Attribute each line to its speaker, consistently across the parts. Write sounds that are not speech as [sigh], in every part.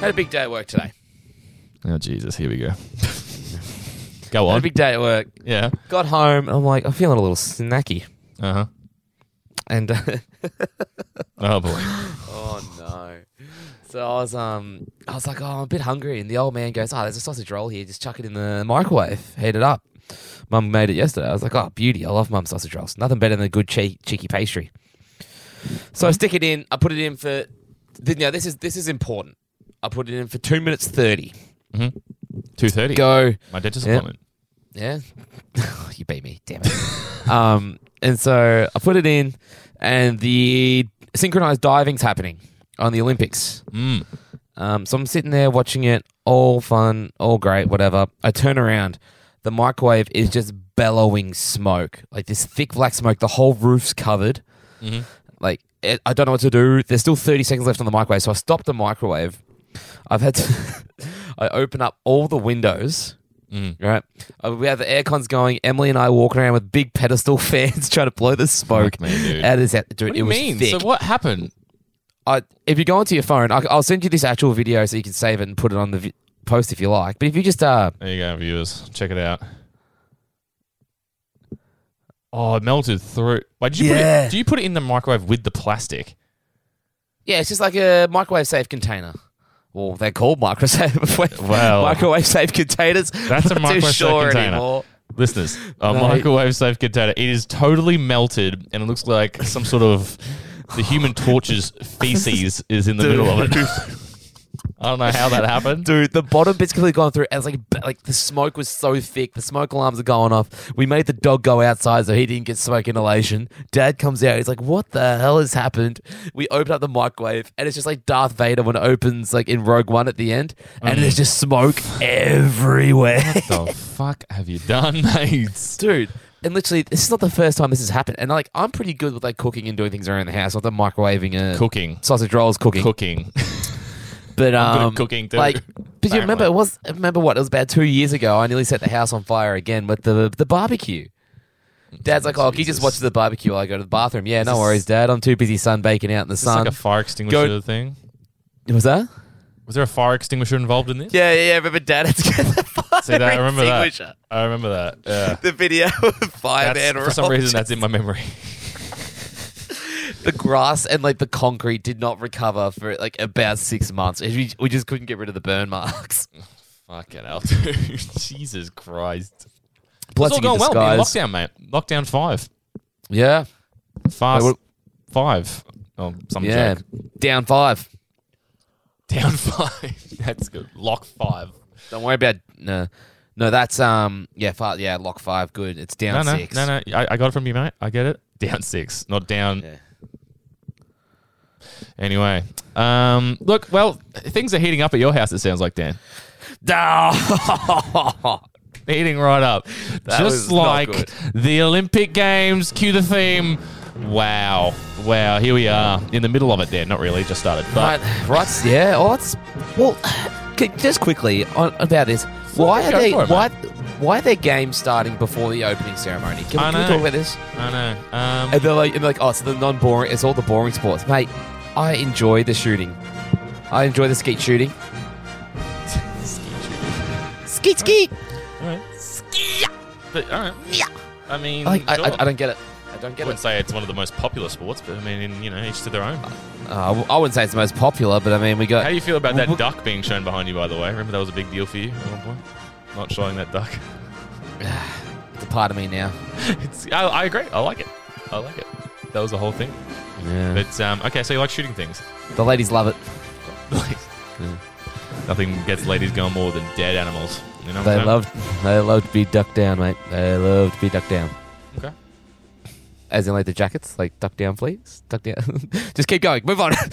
Speaker 1: Had a big day at work today.
Speaker 2: Oh Jesus, here we [laughs] go.
Speaker 3: Go
Speaker 1: Had a
Speaker 3: on.
Speaker 1: big day at work.
Speaker 2: Yeah.
Speaker 1: Got home. I'm like, I'm feeling a little snacky.
Speaker 2: Uh huh.
Speaker 1: And [laughs] uh,
Speaker 2: Oh boy.
Speaker 1: oh no. So I was um I was like, oh, I'm a bit hungry, and the old man goes, oh, there's a sausage roll here. Just chuck it in the microwave, heat it up. Mum made it yesterday. I was like, oh, beauty. I love mum's sausage rolls. Nothing better than a good cheek, cheeky pastry. So I stick it in. I put it in for. th- Now this is this is important. I put it in for two minutes thirty.
Speaker 2: Mm-hmm. Two thirty.
Speaker 1: Go.
Speaker 2: My dentist
Speaker 1: Yeah.
Speaker 2: appointment.
Speaker 1: Yeah. [laughs] you beat me, damn it. [laughs] um, and so I put it in, and the synchronized diving's happening on the Olympics.
Speaker 2: Mm.
Speaker 1: Um, so I'm sitting there watching it, all fun, all great, whatever. I turn around. The microwave is just bellowing smoke, like this thick black smoke. The whole roof's covered.
Speaker 2: Mm-hmm.
Speaker 1: Like, it, I don't know what to do. There's still 30 seconds left on the microwave. So I stopped the microwave. I've had to, [laughs] I open up all the windows.
Speaker 2: Mm.
Speaker 1: Right. Uh, we have the aircons going. Emily and I walking around with big pedestal [laughs] fans trying to blow the smoke
Speaker 2: Fuck me, dude.
Speaker 1: out of this. Dude,
Speaker 2: What do
Speaker 1: it
Speaker 2: you
Speaker 1: was
Speaker 2: mean?
Speaker 1: thick.
Speaker 2: So what happened?
Speaker 1: I, if you go onto your phone, I, I'll send you this actual video so you can save it and put it on the vi- post if you like. But if you just uh,
Speaker 2: There you go, viewers. Check it out. Oh, it melted through. Wait, did you put
Speaker 1: Yeah.
Speaker 2: it, do you put it in the microwave with the plastic?
Speaker 1: yeah, it's just like a microwave safe container. Well, they're called microwave [laughs]
Speaker 2: Wow.
Speaker 1: microwave safe containers.
Speaker 2: That's
Speaker 1: [laughs] Not too
Speaker 2: a microwave safe
Speaker 1: sure
Speaker 2: container.
Speaker 1: Anymore.
Speaker 2: Listeners, a
Speaker 1: No.
Speaker 2: microwave safe container. It is totally melted and it looks like some sort of the human torch's feces is in the middle of it. I don't know how that
Speaker 1: [laughs]
Speaker 2: happened.
Speaker 1: Dude, the bottom bit's completely gone through. And it's like, b- like the smoke was so thick. The smoke alarms are going off. We made the dog go outside so he didn't get smoke inhalation. Dad comes out. He's like, what the hell has happened? We open up the microwave and it's just like Darth Vader when it opens like in Rogue One at the end. And there's just smoke everywhere. [laughs]
Speaker 2: What the fuck have you [laughs] done, mate?
Speaker 1: Dude. And literally, this is not the first time this has happened. And like, I'm pretty good with like cooking and doing things around the house. Not the microwaving and
Speaker 2: Cooking.
Speaker 1: sausage rolls, cooking.
Speaker 2: Cooking.
Speaker 1: But
Speaker 2: good at
Speaker 1: um,
Speaker 2: cooking too,
Speaker 1: Like, but you remember it was remember what it was about two years ago. I nearly set the house on fire again with the the barbecue. Dad's like, "Oh, can you just
Speaker 2: Jesus.
Speaker 1: watch the barbecue while I go to the bathroom?" Yeah, no worries, Dad. I'm too busy sunbaking out in the
Speaker 2: It's like
Speaker 1: sun.
Speaker 2: a fire extinguisher
Speaker 1: Go-
Speaker 2: thing.
Speaker 1: was that?
Speaker 2: Was there a fire extinguisher involved in this?
Speaker 1: Yeah, yeah. yeah, Remember, Dad had to get the fire
Speaker 2: See that? I remember
Speaker 1: extinguisher.
Speaker 2: that. I
Speaker 1: [laughs]
Speaker 2: remember that. Yeah.
Speaker 1: The video of
Speaker 2: That's,
Speaker 1: fireman
Speaker 2: for some
Speaker 1: Rob
Speaker 2: reason,
Speaker 1: just-
Speaker 2: that's in my memory. [laughs]
Speaker 1: the grass and like the concrete did not recover for like about six months. We, we just couldn't get rid of the burn marks.
Speaker 2: Fuck it out, dude. [laughs] Jesus Christ. It's all
Speaker 1: Blessing in
Speaker 2: going well, man.
Speaker 1: disguise.
Speaker 2: Lockdown, mate. Lockdown five.
Speaker 1: Yeah,
Speaker 2: Fast
Speaker 1: Wait, what-
Speaker 2: five. Oh, some
Speaker 1: yeah.
Speaker 2: joke. [laughs]
Speaker 1: Down five.
Speaker 2: Down five. [laughs] That's good. Lock five.
Speaker 1: Don't worry about no, no. That's um, yeah, fi- yeah, lock five, good. It's
Speaker 2: No,
Speaker 1: down
Speaker 2: no,
Speaker 1: six. [laughs]
Speaker 2: no, no. I, I got it from you, mate. I get it. Down six, not down.
Speaker 1: Yeah.
Speaker 2: Anyway, um, look, well, things are heating up at your house. It sounds like Dan.
Speaker 1: Duh.
Speaker 2: [laughs] Heating right up,
Speaker 1: That
Speaker 2: just
Speaker 1: was not
Speaker 2: like
Speaker 1: good.
Speaker 2: the Olympic Games. Cue the theme. Wow, wow. Here we are in the middle of it. There, not really. Just started, but
Speaker 1: right, right, yeah. Oh, it's well. c- Just quickly on, about this. Why are
Speaker 2: go
Speaker 1: they?
Speaker 2: for it,
Speaker 1: why? Why are their games starting before the opening ceremony? Can,
Speaker 2: I
Speaker 1: we, can we
Speaker 2: know.
Speaker 1: talk about this?
Speaker 2: I know. Um,
Speaker 1: And they're like, and they're like, oh, it's the non-boring. It's all the boring sports, mate. I enjoy the shooting. I enjoy the skeet shooting. skeet skeet.
Speaker 2: But all right. I mean,
Speaker 1: I, I, I,
Speaker 2: sure.
Speaker 1: I don't get it. I don't
Speaker 2: I
Speaker 1: get it.
Speaker 2: wouldn't say it's one of the most popular sports, but I mean, in, you know, each to their own.
Speaker 1: Uh, I wouldn't say it's the most popular, but I mean, we got.
Speaker 2: How do you feel about
Speaker 1: Well,
Speaker 2: that
Speaker 1: look-
Speaker 2: duck being shown behind you? By the way, remember that was a big deal for you at one point. Not showing that duck. [laughs]
Speaker 1: It's a part of me now.
Speaker 2: It's, I, I agree. I like it. I like it. That was the whole thing.
Speaker 1: Yeah.
Speaker 2: But um, okay, so you like shooting things.
Speaker 1: The ladies love it.
Speaker 2: Nothing gets ladies going more than dead animals. You know what
Speaker 1: They
Speaker 2: I'm
Speaker 1: loved. They loved to be ducked down, mate. They loved to be ducked down.
Speaker 2: saying? Okay.
Speaker 1: As in, like the jackets, like duck down, please. Duck down. [laughs] Just keep going. Move on. [laughs]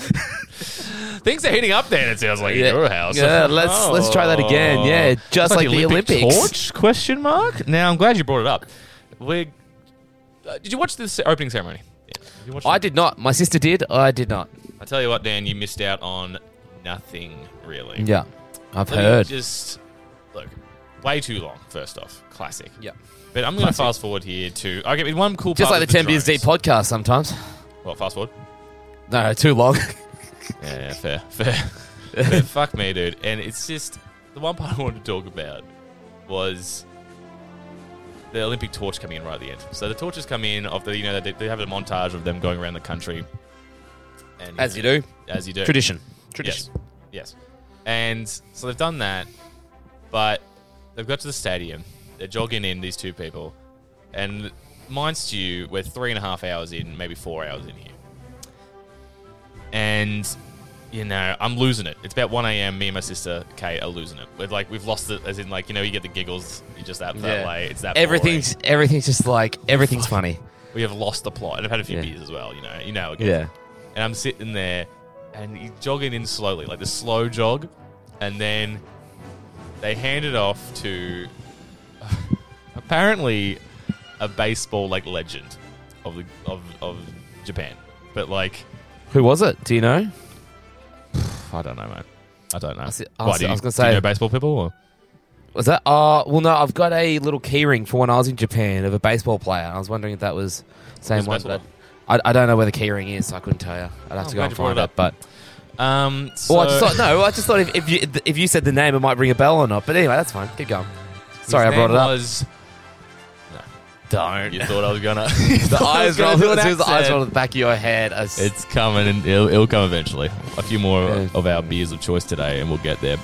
Speaker 2: Things are heating up then. It sounds like in
Speaker 1: Yeah.
Speaker 2: your house.
Speaker 1: Yeah, let's- let's try that again. Yeah,
Speaker 2: Oh.
Speaker 1: just like the Olympics.
Speaker 2: Torch? Question mark. Now I'm glad you brought it up. We uh, did you watch this opening ceremony? Yeah. Did you watch
Speaker 1: I
Speaker 2: it?
Speaker 1: did not. My sister did. I did not.
Speaker 2: I tell you what, Dan, you missed out on nothing really.
Speaker 1: Yeah, I've
Speaker 2: Let me
Speaker 1: heard.
Speaker 2: Just look, way too long. First off, classic.
Speaker 1: Yeah.
Speaker 2: But I'm going to fast forward here to okay. but One cool
Speaker 1: Just
Speaker 2: part
Speaker 1: like the
Speaker 2: was
Speaker 1: 10 Beers Deep
Speaker 2: drones.
Speaker 1: podcast sometimes.
Speaker 2: Well, fast forward.
Speaker 1: No, [laughs] too long.
Speaker 2: Yeah, yeah, fair, [laughs] fair. But fuck me, dude. And it's just the one part I wanted to talk about was the Olympic torch coming in right at the end. So the torches come in of the you know they, they have a montage of them going around the country. And
Speaker 1: As you do.
Speaker 2: as you do,
Speaker 1: Tradition. Tradition.
Speaker 2: Yes. yes. And so they've done that, but they've got to the stadium. They're jogging in, these two people. And minds you, we're three and a half hours in, maybe four hours in here. And, you know, I'm losing it. It's about 1 a.m. Me and my sister, Kate, are losing it. We're like, we've lost it, as in, like, you know, you get the giggles. You're just that, that
Speaker 1: Yeah.
Speaker 2: way. It's that boring.
Speaker 1: Everything's everything's just like everything's funny.
Speaker 2: We have lost the plot. And I've had a few
Speaker 1: Yeah.
Speaker 2: beers as well, you know. You know, again.
Speaker 1: Yeah.
Speaker 2: and I'm sitting there, and he's jogging in slowly, like the slow jog, and then they hand it off to [laughs] apparently a baseball like legend of the of of Japan, but like
Speaker 1: Who was it? Do you know?
Speaker 2: I don't know, man. I don't know.
Speaker 1: I see- I
Speaker 2: Why
Speaker 1: see-
Speaker 2: do you,
Speaker 1: I was gonna
Speaker 2: do you
Speaker 1: say-
Speaker 2: know baseball people? Or?
Speaker 1: Was that? Uh, well, no. I've got a little keyring for when I was in Japan of a baseball player. I was wondering if that was the same
Speaker 2: Who's the
Speaker 1: one,
Speaker 2: baseball
Speaker 1: but I, I don't know where the keyring is. So I couldn't tell you. I'd have
Speaker 2: Oh,
Speaker 1: to go
Speaker 2: glad
Speaker 1: and
Speaker 2: you brought
Speaker 1: find
Speaker 2: it
Speaker 1: it.
Speaker 2: up.
Speaker 1: But
Speaker 2: Um,
Speaker 1: well, Oh, I
Speaker 2: so-
Speaker 1: just thought no. I just thought if, if you if you said the name, it might ring a bell or not. But anyway, that's fine. Keep going.
Speaker 2: his
Speaker 1: Sorry, I brought
Speaker 2: name
Speaker 1: it up.
Speaker 2: was-
Speaker 1: don't.
Speaker 2: [laughs] You thought I was
Speaker 1: [laughs]
Speaker 2: gonna.
Speaker 1: The eyes roll.
Speaker 2: rolled.
Speaker 1: The eyes roll to the back of your head. I s-
Speaker 2: It's coming, and it'll, it'll come eventually. A few more
Speaker 1: Yeah.
Speaker 2: of our beers of choice today, and we'll get there.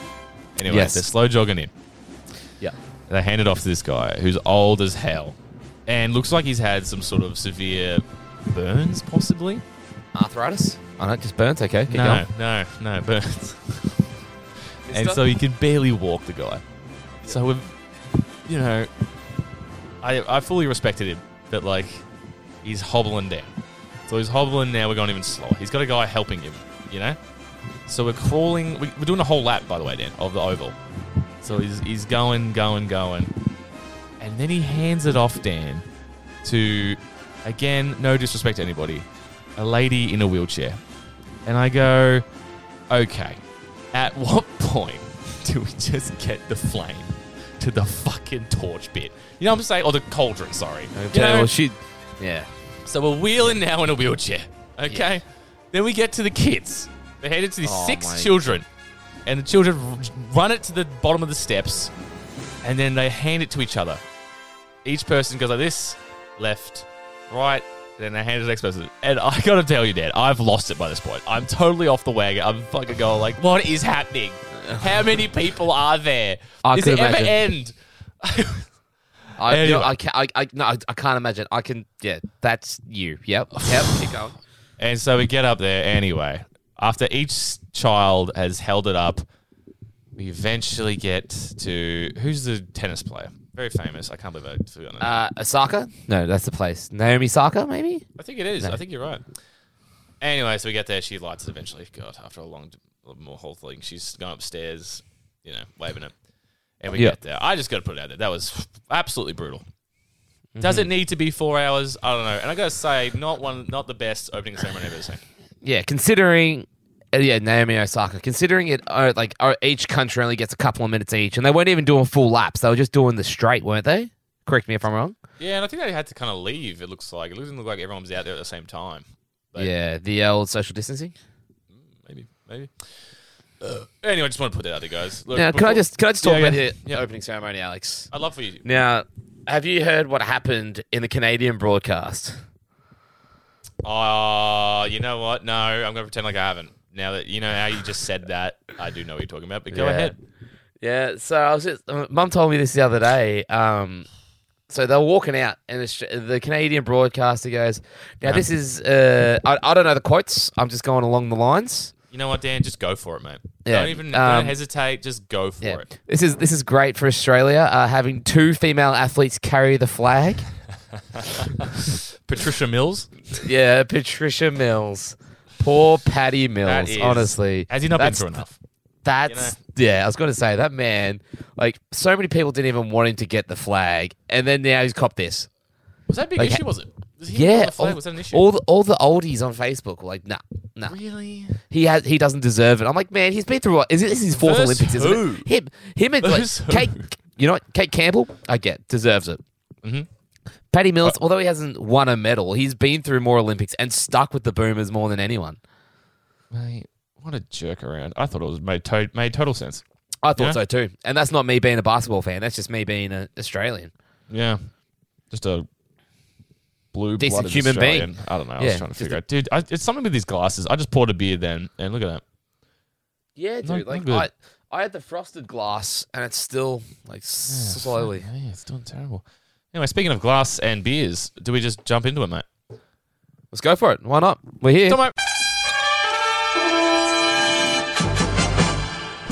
Speaker 2: Anyway,
Speaker 1: Yes.
Speaker 2: they're slow jogging in.
Speaker 1: yeah.
Speaker 2: They hand it off to this guy who's old as hell, and looks like he's had some sort of severe burns, possibly.
Speaker 1: Arthritis. I don't. Just burns. Okay. Keep
Speaker 2: No,
Speaker 1: going.
Speaker 2: no, no burns. and so he can barely walk the guy. So we've, you know, I I fully respected him, but like, he's hobbling down. So he's hobbling now. We're going even slower. He's got a guy helping him, you know. So we're crawling. We, we're doing a whole lap, by the way, Dan, of the oval. So he's he's going, going, going, and then he hands it off, Dan, to again, no disrespect to anybody, a lady in a wheelchair, and I go, okay, at [laughs] what point do we just get the flame to the fucking torch bit? You know what I'm saying? Or the cauldron, sorry. You
Speaker 1: Okay,
Speaker 2: know?
Speaker 1: well, she. Yeah.
Speaker 2: So we're wheeling now in a wheelchair. Okay. Then we get to the kids. They're headed to these
Speaker 1: Oh,
Speaker 2: six
Speaker 1: my-
Speaker 2: children. And the children r- run it to the bottom of the steps. And then they hand it to each other. Each person goes like this left, right. Then they hand it to the next person. And I [laughs] gotta tell you, Dad, I've lost it by this point. I'm totally off the wagon. I'm fucking going like, what is happening? How many people are there?
Speaker 1: I
Speaker 2: Does
Speaker 1: could
Speaker 2: it ever
Speaker 1: imagine.
Speaker 2: end?
Speaker 1: I, you know,
Speaker 2: Anyway.
Speaker 1: I can't. I, I, no, I, I can't imagine. I can. Yeah, that's you. Yep. Yep. Keep going.
Speaker 2: And so we get up there anyway. After each child has held it up, we eventually get to who's the tennis player? Very famous. I can't believe I forgot. her name.
Speaker 1: Uh, Osaka? No, that's the place. Naomi Osaka, maybe.
Speaker 2: I think it is. I think you're right. Anyway, so we get there. She lights it eventually. God, after a long, more whole thing, she's gone upstairs, you know, waving it. And we
Speaker 1: Yeah.
Speaker 2: get there. I just got to put it out there. That was absolutely brutal. Does
Speaker 1: Mm-hmm.
Speaker 2: it need to be four hours? I don't know. And I got to say, not one, not the best opening ceremony I've ever seen.
Speaker 1: Yeah, considering. uh, Yeah, Naomi Osaka. Considering it, uh, like uh, each country only gets a couple of minutes each, and they weren't even doing full laps. They were just doing the straight, weren't they? Correct me if I'm wrong.
Speaker 2: Yeah, and I think they had to kind of leave. It looks like it didn't look like everyone was out there at the same time. They-
Speaker 1: yeah, the old social distancing.
Speaker 2: Maybe, maybe. Uh, anyway, I just want to put that out there, guys. Look,
Speaker 1: Now, can
Speaker 2: before-
Speaker 1: I just can I just talk
Speaker 2: Yeah,
Speaker 1: about
Speaker 2: yeah.
Speaker 1: the opening ceremony, Alex?
Speaker 2: I'd love for you.
Speaker 1: Now, have you heard what happened in the Canadian broadcast?
Speaker 2: Oh, you know what? No, I'm going to pretend like I haven't. Now that you know how you just said that, I do know what you're talking about. But go
Speaker 1: Yeah.
Speaker 2: ahead.
Speaker 1: Yeah, so I was just, uh, mum told me this the other day. Um, so they were walking out, and it's- the Canadian broadcaster goes,
Speaker 2: Uh-huh.
Speaker 1: Now, this is, uh, I, I don't know the quotes, I'm just going along the lines.
Speaker 2: You know what, Dan? Just go for it, mate.
Speaker 1: Yeah,
Speaker 2: Don't even
Speaker 1: um,
Speaker 2: don't hesitate. Just go for
Speaker 1: Yeah.
Speaker 2: it.
Speaker 1: This is this is great for Australia, uh, having two female athletes carry the
Speaker 2: [laughs]
Speaker 1: flag.
Speaker 2: Patricia Mills.
Speaker 1: yeah, Patricia Mills. Poor Patty
Speaker 2: That
Speaker 1: Mills,
Speaker 2: is-
Speaker 1: honestly.
Speaker 2: has he not
Speaker 1: That's-
Speaker 2: been through enough?
Speaker 1: That's yeah. I was going to say that man. Like so many people didn't even want him to get the flag, and then now he's copped this.
Speaker 2: Was that a big
Speaker 1: Like,
Speaker 2: issue? Was it? Was he on
Speaker 1: Yeah,
Speaker 2: the flag?
Speaker 1: all-
Speaker 2: was that an issue?
Speaker 1: All the all the oldies on Facebook were like, nah, nah.
Speaker 2: really?
Speaker 1: He has he doesn't deserve it. I'm like, man, he's been through what is it this is his fourth
Speaker 2: Verse
Speaker 1: Olympics,
Speaker 2: who?
Speaker 1: isn't it? Him him and like,
Speaker 2: Verse who?
Speaker 1: Kate you know what? Kate Campbell, I get, deserves it.
Speaker 2: Mm-hmm.
Speaker 1: Paddy Mills, although he hasn't won a medal, he's been through more Olympics and stuck with the boomers more than anyone.
Speaker 2: Mate, What a jerk around. I thought it was made, to- made total sense.
Speaker 1: I thought
Speaker 2: Yeah.
Speaker 1: so too. And that's not me being a basketball fan. That's just me being an Australian.
Speaker 2: Yeah. Just a blue
Speaker 1: Decent
Speaker 2: blooded
Speaker 1: human being.
Speaker 2: Australian. I don't know. I
Speaker 1: Yeah,
Speaker 2: was trying to
Speaker 1: just
Speaker 2: figure out. Dude, I, it's something with these glasses. I just poured a beer then, and look at that.
Speaker 1: Yeah, dude.
Speaker 2: Not-
Speaker 1: like
Speaker 2: not
Speaker 1: I,
Speaker 2: good.
Speaker 1: I had the frosted glass, and it's still like slowly.
Speaker 2: Yeah, it's doing terrible. Anyway, speaking of glass and beers, do we just jump into it, mate?
Speaker 1: Let's go for it. Why not? We're here.
Speaker 2: Tomo-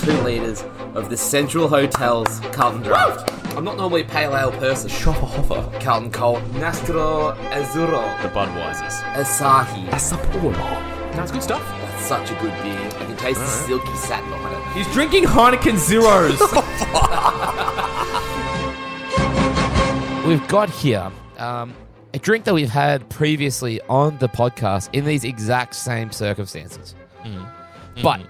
Speaker 1: Two liters of the Central Hotels Carlton Draft. I'm not normally a pale ale person. Schopperhofer. Carlton Cold. Nastro Azzurro.
Speaker 2: The Budweisers.
Speaker 1: Asahi.
Speaker 4: Sapporo.
Speaker 2: That's good stuff.
Speaker 1: That's such a good beer. I can taste the silky satin on it.
Speaker 4: He's drinking Heineken
Speaker 1: [laughs]
Speaker 4: Zeros.
Speaker 1: we've got here um, a drink that we've had previously on the podcast in these exact same circumstances.
Speaker 4: Mm-hmm.
Speaker 1: But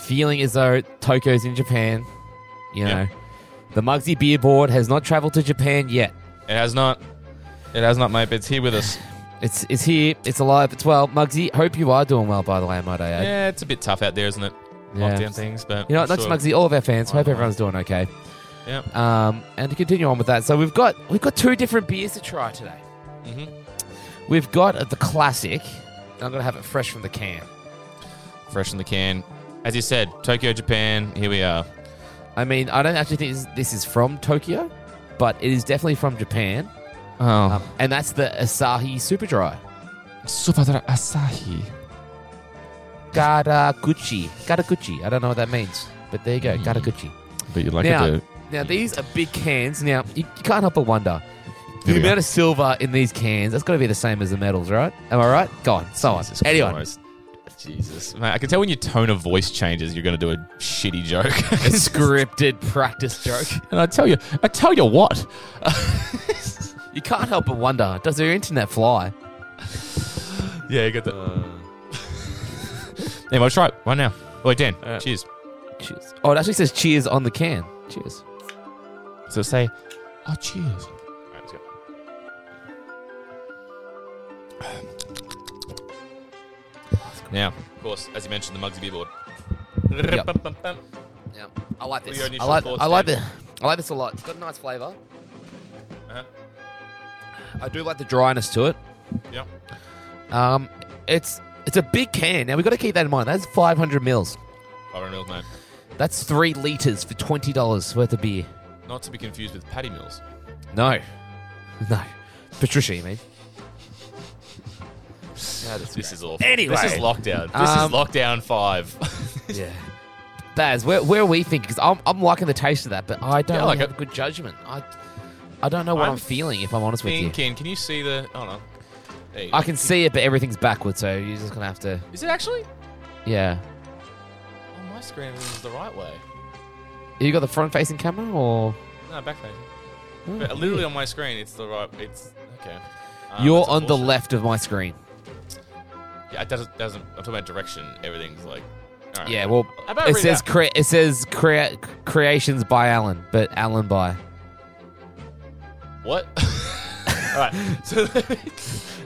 Speaker 1: feeling as though Tokyo's in Japan, you know,
Speaker 2: Yeah.
Speaker 1: the Mugsy Beer Board has not traveled to Japan yet.
Speaker 2: It has not. It has not, mate. but It's here
Speaker 1: [laughs]
Speaker 2: with us.
Speaker 1: It's it's here. It's alive. It's well. Mugsy, hope you are doing well. By the way, might I add.
Speaker 2: Yeah, it's a bit tough out there, isn't it?
Speaker 1: Yeah.
Speaker 2: Lockdown things, but
Speaker 1: You know,
Speaker 2: I'm
Speaker 1: what, thanks,
Speaker 2: sure-
Speaker 1: Mugsy. All of our fans.
Speaker 2: Why
Speaker 1: Hope
Speaker 2: not?
Speaker 1: everyone's doing okay.
Speaker 2: Yeah.
Speaker 1: Um, and to continue on with that, so we've got we've got two different beers to try today.
Speaker 2: Mhm.
Speaker 1: We've got uh, the classic. and I'm gonna have it fresh from the can.
Speaker 2: Fresh in the can. As you said, Tokyo, Japan. Here we are.
Speaker 1: I mean, I don't actually think this, this is from Tokyo, but it is definitely from Japan,
Speaker 2: Oh,
Speaker 1: um, and that's the Asahi Super Dry.
Speaker 2: Supadra Asahi.
Speaker 1: Garaguchi. Garaguchi. I don't know what that means, but there you
Speaker 2: Mm.
Speaker 1: go. Garaguchi.
Speaker 2: But you'd like
Speaker 1: Now-
Speaker 2: it to
Speaker 1: Now these are big cans. Now you, you can't help but wonder
Speaker 2: Here
Speaker 1: the
Speaker 2: we go.
Speaker 1: amount of silver in these cans. That's got to be the same as the metals, right? Am I right? Go on. So on.
Speaker 2: Jesus
Speaker 1: Anyone.
Speaker 2: Christ. Jesus, mate! I can tell when your tone of voice changes, you're going to do a shitty joke. [laughs]
Speaker 1: A scripted practice joke.
Speaker 2: and I tell you, I tell you what,
Speaker 1: You can't help but wonder: Does their internet fly?
Speaker 2: yeah, you got the. [laughs] anyway, let's try it right now. Wait, Dan, cheers.
Speaker 1: Cheers. Oh, it actually says "Cheers" on the can. Cheers.
Speaker 2: So say, oh, cheers. All right, let's go. Now, of course, as you mentioned, the Mugsy Beer Board.
Speaker 1: Yeah, I like this.
Speaker 2: What are your
Speaker 1: I
Speaker 2: initial
Speaker 1: like.
Speaker 2: thoughts,
Speaker 1: I like
Speaker 2: Dave?
Speaker 1: the. I like this a lot. It's got a nice flavor.
Speaker 2: Uh-huh.
Speaker 1: I do like the dryness to it.
Speaker 2: Yeah.
Speaker 1: Um, it's it's a big can. Now we've got to keep that in mind. That's 500 mils.
Speaker 2: Byron Mills, mate.
Speaker 1: That's three liters for twenty dollars worth of beer.
Speaker 2: Not to be confused with Patty Mills.
Speaker 1: No, [laughs] no, Patricia, you mean?
Speaker 2: This is awful.
Speaker 1: Anyway.
Speaker 2: This is lockdown. This
Speaker 1: Um,
Speaker 2: is lockdown five. [laughs]
Speaker 1: yeah. Baz, where, where are we thinking? Because I'm, I'm liking the taste of that, but I don't
Speaker 2: Yeah, I
Speaker 1: really
Speaker 2: like
Speaker 1: have
Speaker 2: it.
Speaker 1: a good judgment. I I don't know what I'm,
Speaker 2: I'm
Speaker 1: feeling. If I'm honest with you,
Speaker 2: Thinking, can you see the. Oh, no. There you
Speaker 1: I
Speaker 2: go.
Speaker 1: can see it, but everything's backwards, so you're just gonna have to.
Speaker 2: Is it actually?
Speaker 1: Yeah.
Speaker 2: Oh, my screen is the right way.
Speaker 1: You got the front-facing camera, or
Speaker 2: No, back facing.
Speaker 1: Oh, [laughs]
Speaker 2: But literally on my screen, it's the right. It's. Okay. Um,
Speaker 1: you're
Speaker 2: that's
Speaker 1: on the
Speaker 2: unfortunate.
Speaker 1: left of my screen?
Speaker 2: Yeah, it doesn't. Doesn't. I'm talking about direction. Everything's like. all right.
Speaker 1: Yeah. Well,
Speaker 2: How about
Speaker 1: it
Speaker 2: read
Speaker 1: says
Speaker 2: out?
Speaker 1: crea- it says crea- creations by Alan, but Alan by.
Speaker 2: What? [laughs] all right.
Speaker 1: [laughs]
Speaker 2: So [laughs] let me,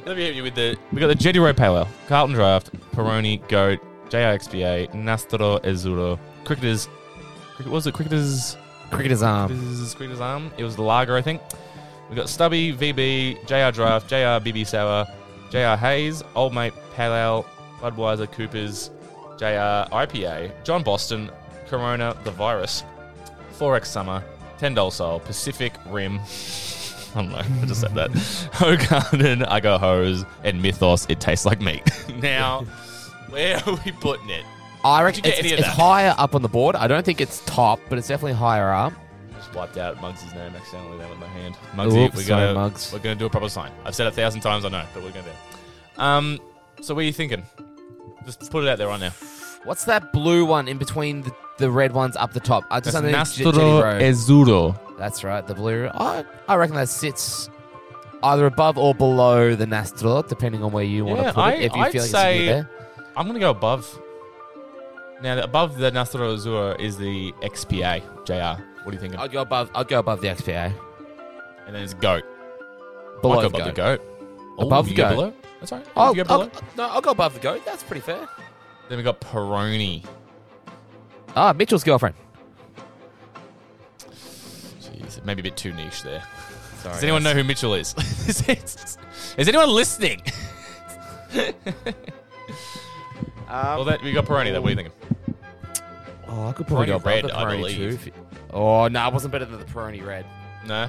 Speaker 2: let me hit you with the. We got the Jetty Road Pale Ale, Carlton Draft, Peroni Goat, JIXBA, Nastro Ezuro, Cricketers. Cricket, what was it? Cricketers.
Speaker 1: Cricketer's arm.
Speaker 2: Cricketers, Cricketers Arm. It was the lager, I think. We got Stubby, VB, JR Draft, JR BB Sour, JR Hayes, Old Mate, Pale Ale, Budweiser, Coopers, JR IPA, John Boston, Corona, The Virus, Forex Summer, Ten Doll Soul, Pacific Rim. [laughs] I don't know. I just said that. Hogarden, I Go Hose, and Mythos. It tastes like meat. [laughs] now, where are we putting it?
Speaker 1: I reckon
Speaker 2: Did you
Speaker 1: it's,
Speaker 2: get any of
Speaker 1: it's
Speaker 2: that?
Speaker 1: higher up on the board. I don't think it's top, but it's definitely higher up.
Speaker 2: just wiped out Muggsy's name accidentally there with my hand. Muggsy,
Speaker 1: Oops,
Speaker 2: we're
Speaker 1: sorry,
Speaker 2: gonna
Speaker 1: Muggs.
Speaker 2: we're gonna do a proper sign. I've said it a thousand times, I know, but we're gonna do. It. Um, so what are you thinking? Just put it out there right now.
Speaker 1: What's that blue one in between the, the red ones up the top? I just underneath Je- Jetty Road.
Speaker 2: Ezuro.
Speaker 1: That's right, the blue. I, I reckon that sits either above or below the Nastro, depending on where you want
Speaker 2: Yeah,
Speaker 1: to put
Speaker 2: I-
Speaker 1: it. If you
Speaker 2: I'd
Speaker 1: feel like
Speaker 2: say-
Speaker 1: it's near there.
Speaker 2: I'm gonna go above. Now the- above the Nastro Ezuro is the XPA JR. What are you thinking?
Speaker 1: I'd go above. I'd go above the XPA.
Speaker 2: and then it's goat.
Speaker 1: Below
Speaker 2: I'll go
Speaker 1: the goat.
Speaker 2: above the goat.
Speaker 1: Above
Speaker 2: you
Speaker 1: goat. Oh,
Speaker 2: Go below? That's all right.
Speaker 1: I'll,
Speaker 2: you go
Speaker 1: I'll-
Speaker 2: below?
Speaker 1: no, I'll go above the goat. That's pretty fair.
Speaker 2: Then we got Peroni.
Speaker 1: Ah, Mitchell's girlfriend.
Speaker 2: Jeez, maybe a bit too niche there.
Speaker 1: Sorry,
Speaker 2: Does anyone know who Mitchell is? [laughs] is, it- is anyone listening?
Speaker 1: Um,
Speaker 2: well, that we got Peroni. That what are you thinking?
Speaker 1: Oh, I could probably
Speaker 2: Peroni
Speaker 1: go above
Speaker 2: red,
Speaker 1: the
Speaker 2: I
Speaker 1: Peroni too.
Speaker 2: believe.
Speaker 1: if- Oh no, it wasn't better than the Peroni red.
Speaker 2: No.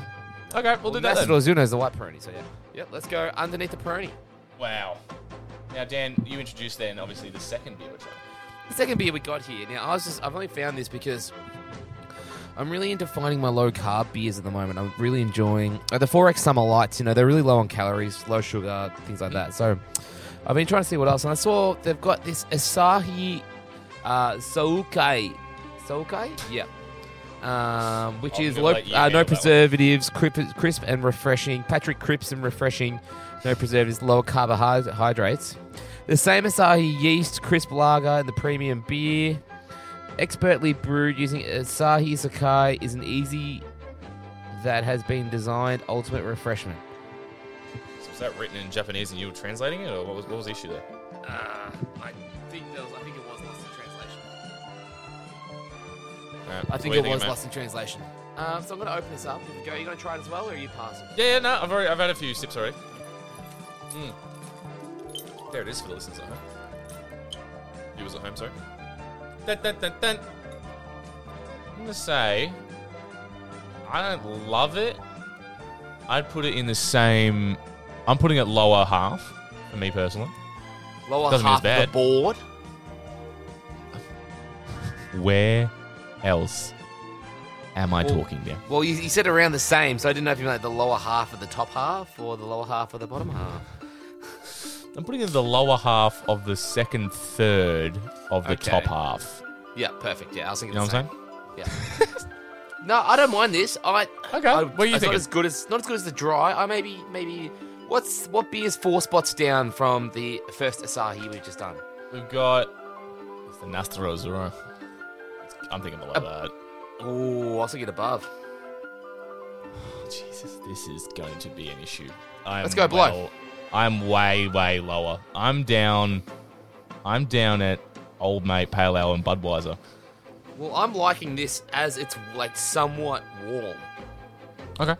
Speaker 2: Okay, we'll do that.
Speaker 1: That's
Speaker 2: Then.
Speaker 1: Zuno's the white Peroni. So yeah, yep. Let's go underneath the Peroni.
Speaker 2: Wow. Now, Dan, you introduced then obviously the second beer we're trying.
Speaker 1: The second beer we got here. Now, I was just, I've only found this because I'm really into finding my low carb beers at the moment. I'm really enjoying uh, the 4X Summer Lights, you know, they're really low on calories, low sugar, things like that. So I've been trying to see what else. And I saw they've got this Asahi uh, Soukai. Soukai? Yeah. Um, which
Speaker 2: I'll
Speaker 1: is
Speaker 2: go
Speaker 1: low,
Speaker 2: let you
Speaker 1: uh,
Speaker 2: handle
Speaker 1: no
Speaker 2: that one.
Speaker 1: preservatives, crisp, crisp and refreshing. Patrick crisp and refreshing, no preservatives, lower carbohydrates. The same Asahi yeast, crisp lager, and the premium beer. Expertly brewed using Asahi Sakai is an easy that has been designed ultimate refreshment.
Speaker 2: So was that written in Japanese and you were translating it, or what was, what was the issue there?
Speaker 1: Uh, I think there was, I think it was lost in translation.
Speaker 2: Alright,
Speaker 1: I
Speaker 2: what
Speaker 1: think
Speaker 2: do you
Speaker 1: it was
Speaker 2: mate?
Speaker 1: lost in translation. Um, so I'm gonna open this up. Here we go. Are you gonna try it as well, or are you passing?
Speaker 2: Yeah, yeah, no, I've already, I've had a few sips already. Mm. There it is for the listeners at home. You was at home, sorry. Dun, dun, dun, dun. I'm gonna say, I don't love it. I'd put it in the same. I'm putting it lower half for me personally.
Speaker 1: Lower
Speaker 2: Doesn't mean
Speaker 1: half
Speaker 2: it's
Speaker 1: of the
Speaker 2: bad.
Speaker 1: board.
Speaker 2: Where else am I
Speaker 1: Well-
Speaker 2: talking now?
Speaker 1: Well, you, you said around the same, so I didn't know if you meant like the lower half of the top half or the lower half of the bottom half.
Speaker 2: I'm putting it in the lower half of the second third of the
Speaker 1: Okay.
Speaker 2: top half.
Speaker 1: Yeah, perfect. Yeah, I was
Speaker 2: You
Speaker 1: thinking.
Speaker 2: know
Speaker 1: the
Speaker 2: what
Speaker 1: same.
Speaker 2: I'm saying?
Speaker 1: No, I don't mind this. I
Speaker 2: Okay,
Speaker 1: I-
Speaker 2: what are you
Speaker 1: it's
Speaker 2: thinking?
Speaker 1: Not as good as not as good as the dry. I maybe maybe what's what beer's four spots down from the first Asahi we've just done?
Speaker 2: We've got it's the Nastro Zero. I'm thinking below that.
Speaker 1: Oh, I'll take it above.
Speaker 2: Oh, Jesus, this is going to be an issue. I'm
Speaker 1: Let's go below.
Speaker 2: I'm way, way lower. I'm down. I'm down at Old Mate Pale Ale and Budweiser.
Speaker 1: Well, I'm liking this as it's like somewhat warm.
Speaker 2: Okay.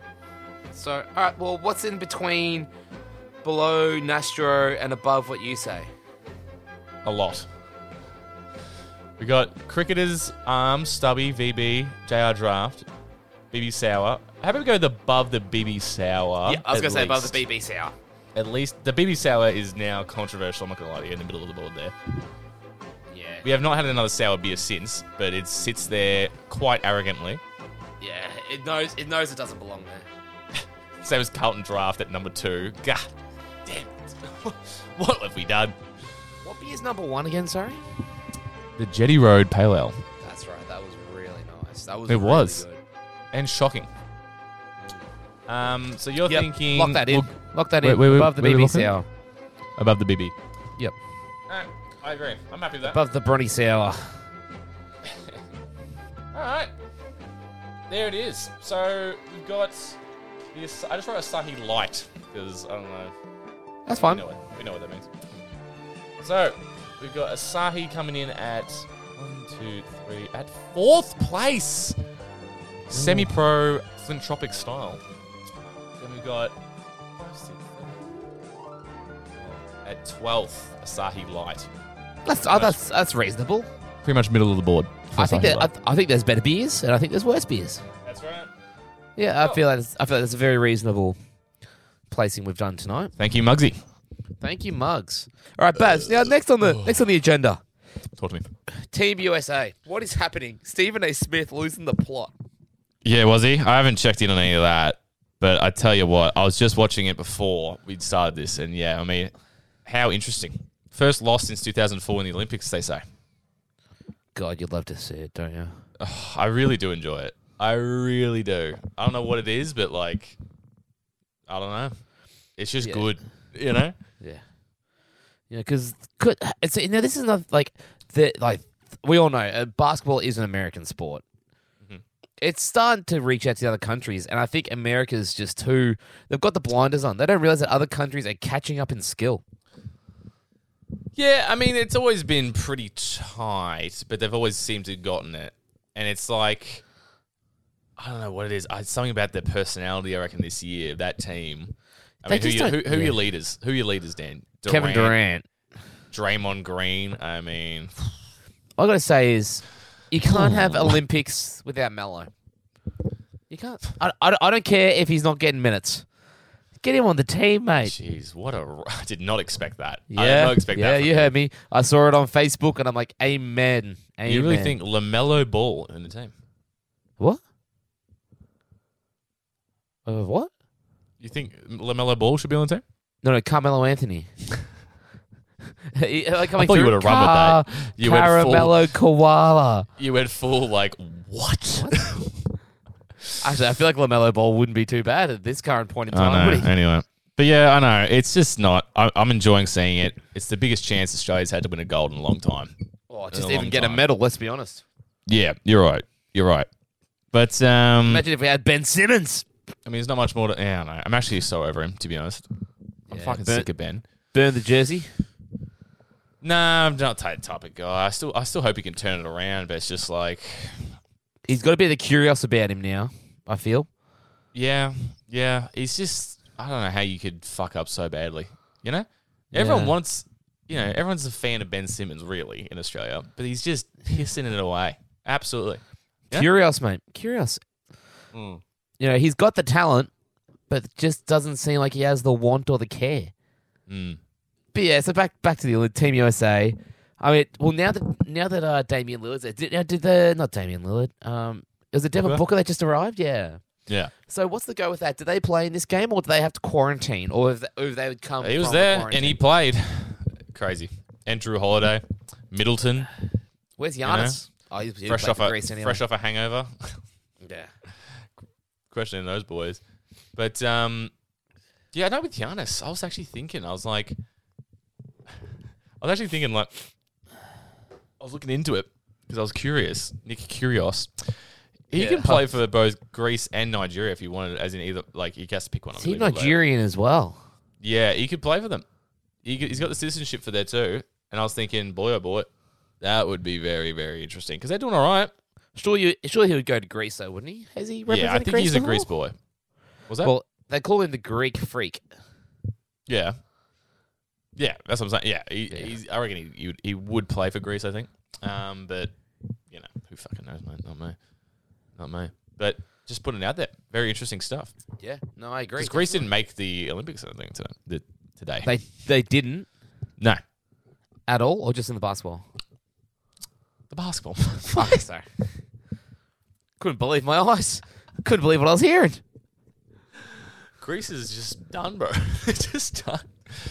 Speaker 1: So, all right. Well, what's in between below Nastro and above what you say?
Speaker 2: A lot. We got Cricketers, Arm, Stubby, VB, JR Draft, BB Sour. How about we go with above the BB Sour?
Speaker 1: yeah, I was
Speaker 2: at
Speaker 1: gonna say above the
Speaker 2: least?
Speaker 1: BB sour.
Speaker 2: At least the BB Sour is now controversial. I'm not gonna lie to you, in the middle of the board there.
Speaker 1: Yeah.
Speaker 2: We have not had another sour beer since, but it sits there quite arrogantly.
Speaker 1: Yeah. It knows. It knows it doesn't belong there.
Speaker 2: Same as Carlton Draft at number two. God damn it. [laughs] what have we done?
Speaker 1: What beer's number one again? Sorry.
Speaker 2: The Jetty Road Pale Ale.
Speaker 1: That's right. That was really nice. That was.
Speaker 2: It
Speaker 1: really
Speaker 2: was.
Speaker 1: Good.
Speaker 2: And shocking. Um, so you're
Speaker 1: Yep,
Speaker 2: thinking.
Speaker 1: Lock that in.
Speaker 2: we'll-
Speaker 1: Lock that
Speaker 2: Wait,
Speaker 1: in.
Speaker 2: wait, wait,
Speaker 1: above the
Speaker 2: wait,
Speaker 1: BB
Speaker 2: lock it?
Speaker 1: sour.
Speaker 2: above the BB.
Speaker 1: Yep.
Speaker 2: Alright, I agree. I'm happy with that.
Speaker 1: Above the Bronny sour.
Speaker 2: Alright. There it is. So we've got this. I just wrote Asahi Light because I don't know.
Speaker 1: That's fine.
Speaker 2: We know, what, we know what that means. So, we've got Asahi coming in at one, two, three, at fourth place. Semi pro philanthropic style. Then we've got five, six, seven, at 12th, Asahi Light.
Speaker 1: That's oh, that's that's reasonable.
Speaker 2: Pretty much middle of the board.
Speaker 1: I think that I, th- I think there's better beers and I think there's worse beers.
Speaker 2: That's right.
Speaker 1: Yeah, I
Speaker 2: Oh.
Speaker 1: feel like it's- I feel like that's a very reasonable placing we've done tonight.
Speaker 2: Thank you, Muggsy.
Speaker 1: Thank you, Mugs. All right, Baz. Now next on the next on the agenda,
Speaker 2: Talk to me.
Speaker 1: Team USA. What is happening? Stephen A. Smith losing the plot.
Speaker 2: Yeah, was he? I haven't checked in on any of that, but I tell you what, I was just watching it before we'd started this, and yeah, I mean, how interesting. First loss since 2004 in the Olympics, they say.
Speaker 1: God, you'd love to see it, don't you?
Speaker 2: I really do enjoy it. I really do. I don't know what it is, but like, I don't know. It's just
Speaker 1: Yeah.
Speaker 2: good, you know?
Speaker 1: Yeah. Yeah, because it's you know this is not like the like we all know uh, basketball is an American sport. Mm-hmm. It's starting to reach out to the other countries, and I think America's just too. They've got the blinders on. They don't realize that other countries are catching up in skill.
Speaker 2: Yeah, I mean, it's always been pretty tight, but they've always seemed to have gotten it. And it's like, I don't know what it is. I, something about their personality, I reckon, this year, that team. I
Speaker 1: They
Speaker 2: mean, who,
Speaker 1: just
Speaker 2: you, who,
Speaker 1: don't-
Speaker 2: who are
Speaker 1: yeah.
Speaker 2: your leaders? Who are your leaders, Dan?
Speaker 1: Kevin Durant.
Speaker 2: Draymond Green. I mean, [sighs]
Speaker 1: All I gotta say is, you can't have Olympics without Mello. You can't. I, I, I don't care if he's not getting minutes. Get him on the team, mate.
Speaker 2: jeez, what a. r- [laughs] I did not expect that. I did
Speaker 1: Yeah,
Speaker 2: not expect
Speaker 1: yeah,
Speaker 2: that. from
Speaker 1: you
Speaker 2: him.
Speaker 1: heard me. I saw it on Facebook, and I'm like, Amen. Amen.
Speaker 2: You really think LaMelo Ball in the team?
Speaker 1: what? Uh, what?
Speaker 2: You think LaMelo Ball should be on the team?
Speaker 1: No, no, Carmelo [laughs] Anthony. He- like coming
Speaker 2: I thought you
Speaker 1: through,
Speaker 2: would've run with that.
Speaker 1: Car-
Speaker 2: You went full-
Speaker 1: Caramello Koala.
Speaker 2: You went full, like, what? [laughs]
Speaker 1: Actually, I feel like Lamelo Ball wouldn't be too bad at this current point in
Speaker 2: I
Speaker 1: time.
Speaker 2: know.
Speaker 1: would he?
Speaker 2: Anyway, but yeah, I know. It's just not. I, I'm enjoying seeing it. It's the biggest chance Australia's had to win a gold in a long time.
Speaker 1: Oh, just
Speaker 2: a
Speaker 1: even
Speaker 2: long
Speaker 1: get a
Speaker 2: time.
Speaker 1: medal. Let's be honest.
Speaker 2: Yeah, you're right. You're right. But um,
Speaker 1: Imagine if we had Ben Simmons.
Speaker 2: I mean, there's not much more to. Yeah, I know. I'm actually so over him, to be honest. I'm
Speaker 1: Yeah,
Speaker 2: fucking
Speaker 1: but-
Speaker 2: sick of Ben.
Speaker 1: Burn the jersey.
Speaker 2: Nah, I'm not that type of guy. I still, I still hope he can turn it around. But it's just like,
Speaker 1: He's got a bit of curious about him now. I feel.
Speaker 2: yeah, yeah. He's just. I don't know how you could fuck up so badly. You know, everyone
Speaker 1: Yeah.
Speaker 2: wants. You know, everyone's a fan of Ben Simmons, really, in Australia. But he's just pissing it away. Absolutely. Yeah.
Speaker 1: Curious, mate. Curious.
Speaker 2: Mm.
Speaker 1: You know, he's got the talent, but it just doesn't seem like he has the want or the care.
Speaker 2: Mm.
Speaker 1: But yeah, so back back to the Olymp- Team USA. I mean, well now that now that uh, Damian Lillard's there, did, now did the not Damian Lillard? Um, it was a Devin
Speaker 2: Booker?
Speaker 1: Booker that just arrived. Yeah.
Speaker 2: Yeah.
Speaker 1: So what's the go with that? Do they play in this game, or do they have to quarantine, or if they, or if they would come?
Speaker 2: He was
Speaker 1: from the
Speaker 2: there and
Speaker 1: quarantine?
Speaker 2: he played. Crazy. And Drew Holiday, Middleton,
Speaker 1: Where's Giannis? oh, he's
Speaker 2: fresh off a fresh off a hangover.
Speaker 1: Yeah.
Speaker 2: Questioning those boys, but um, yeah, no. With Giannis, I was actually thinking. I was like, I was actually thinking like, I was looking into it because I was curious. Nick Curios, he
Speaker 1: Yeah.
Speaker 2: can play for both Greece and Nigeria if he wanted, as in either like he has to pick one. I
Speaker 1: Is he
Speaker 2: believe, but, like-
Speaker 1: Nigerian as well?
Speaker 2: Yeah, he could play for them. He could, he's got the citizenship for there too. And I was thinking, boy, oh boy, that would be very, very interesting because they're doing all right.
Speaker 1: Sure, you sure he would go to Greece though, wouldn't he? Has he represented
Speaker 2: Yeah, I think
Speaker 1: Greece
Speaker 2: he's a
Speaker 1: before?
Speaker 2: Greece boy. Was that?
Speaker 1: Well, they call him the Greek freak.
Speaker 2: yeah. Yeah, that's what I'm saying. Yeah, he,
Speaker 1: Yeah.
Speaker 2: He's, I reckon he, he, would- he would play for Greece, I think. Um, but, you know, who fucking knows, mate? Not me. Not me. But just putting it out there. Very interesting stuff.
Speaker 1: Yeah. No, I agree.
Speaker 2: Because Greece didn't make the Olympics, I don't think, today. The, today.
Speaker 1: They they didn't
Speaker 2: no.
Speaker 1: at all, or just in the
Speaker 2: [laughs]
Speaker 1: basketball.
Speaker 2: The basketball. [laughs]
Speaker 1: Fuck, sorry. Couldn't believe my eyes. Couldn't believe what I was hearing.
Speaker 2: Greece is just done, bro. [laughs] They're just done.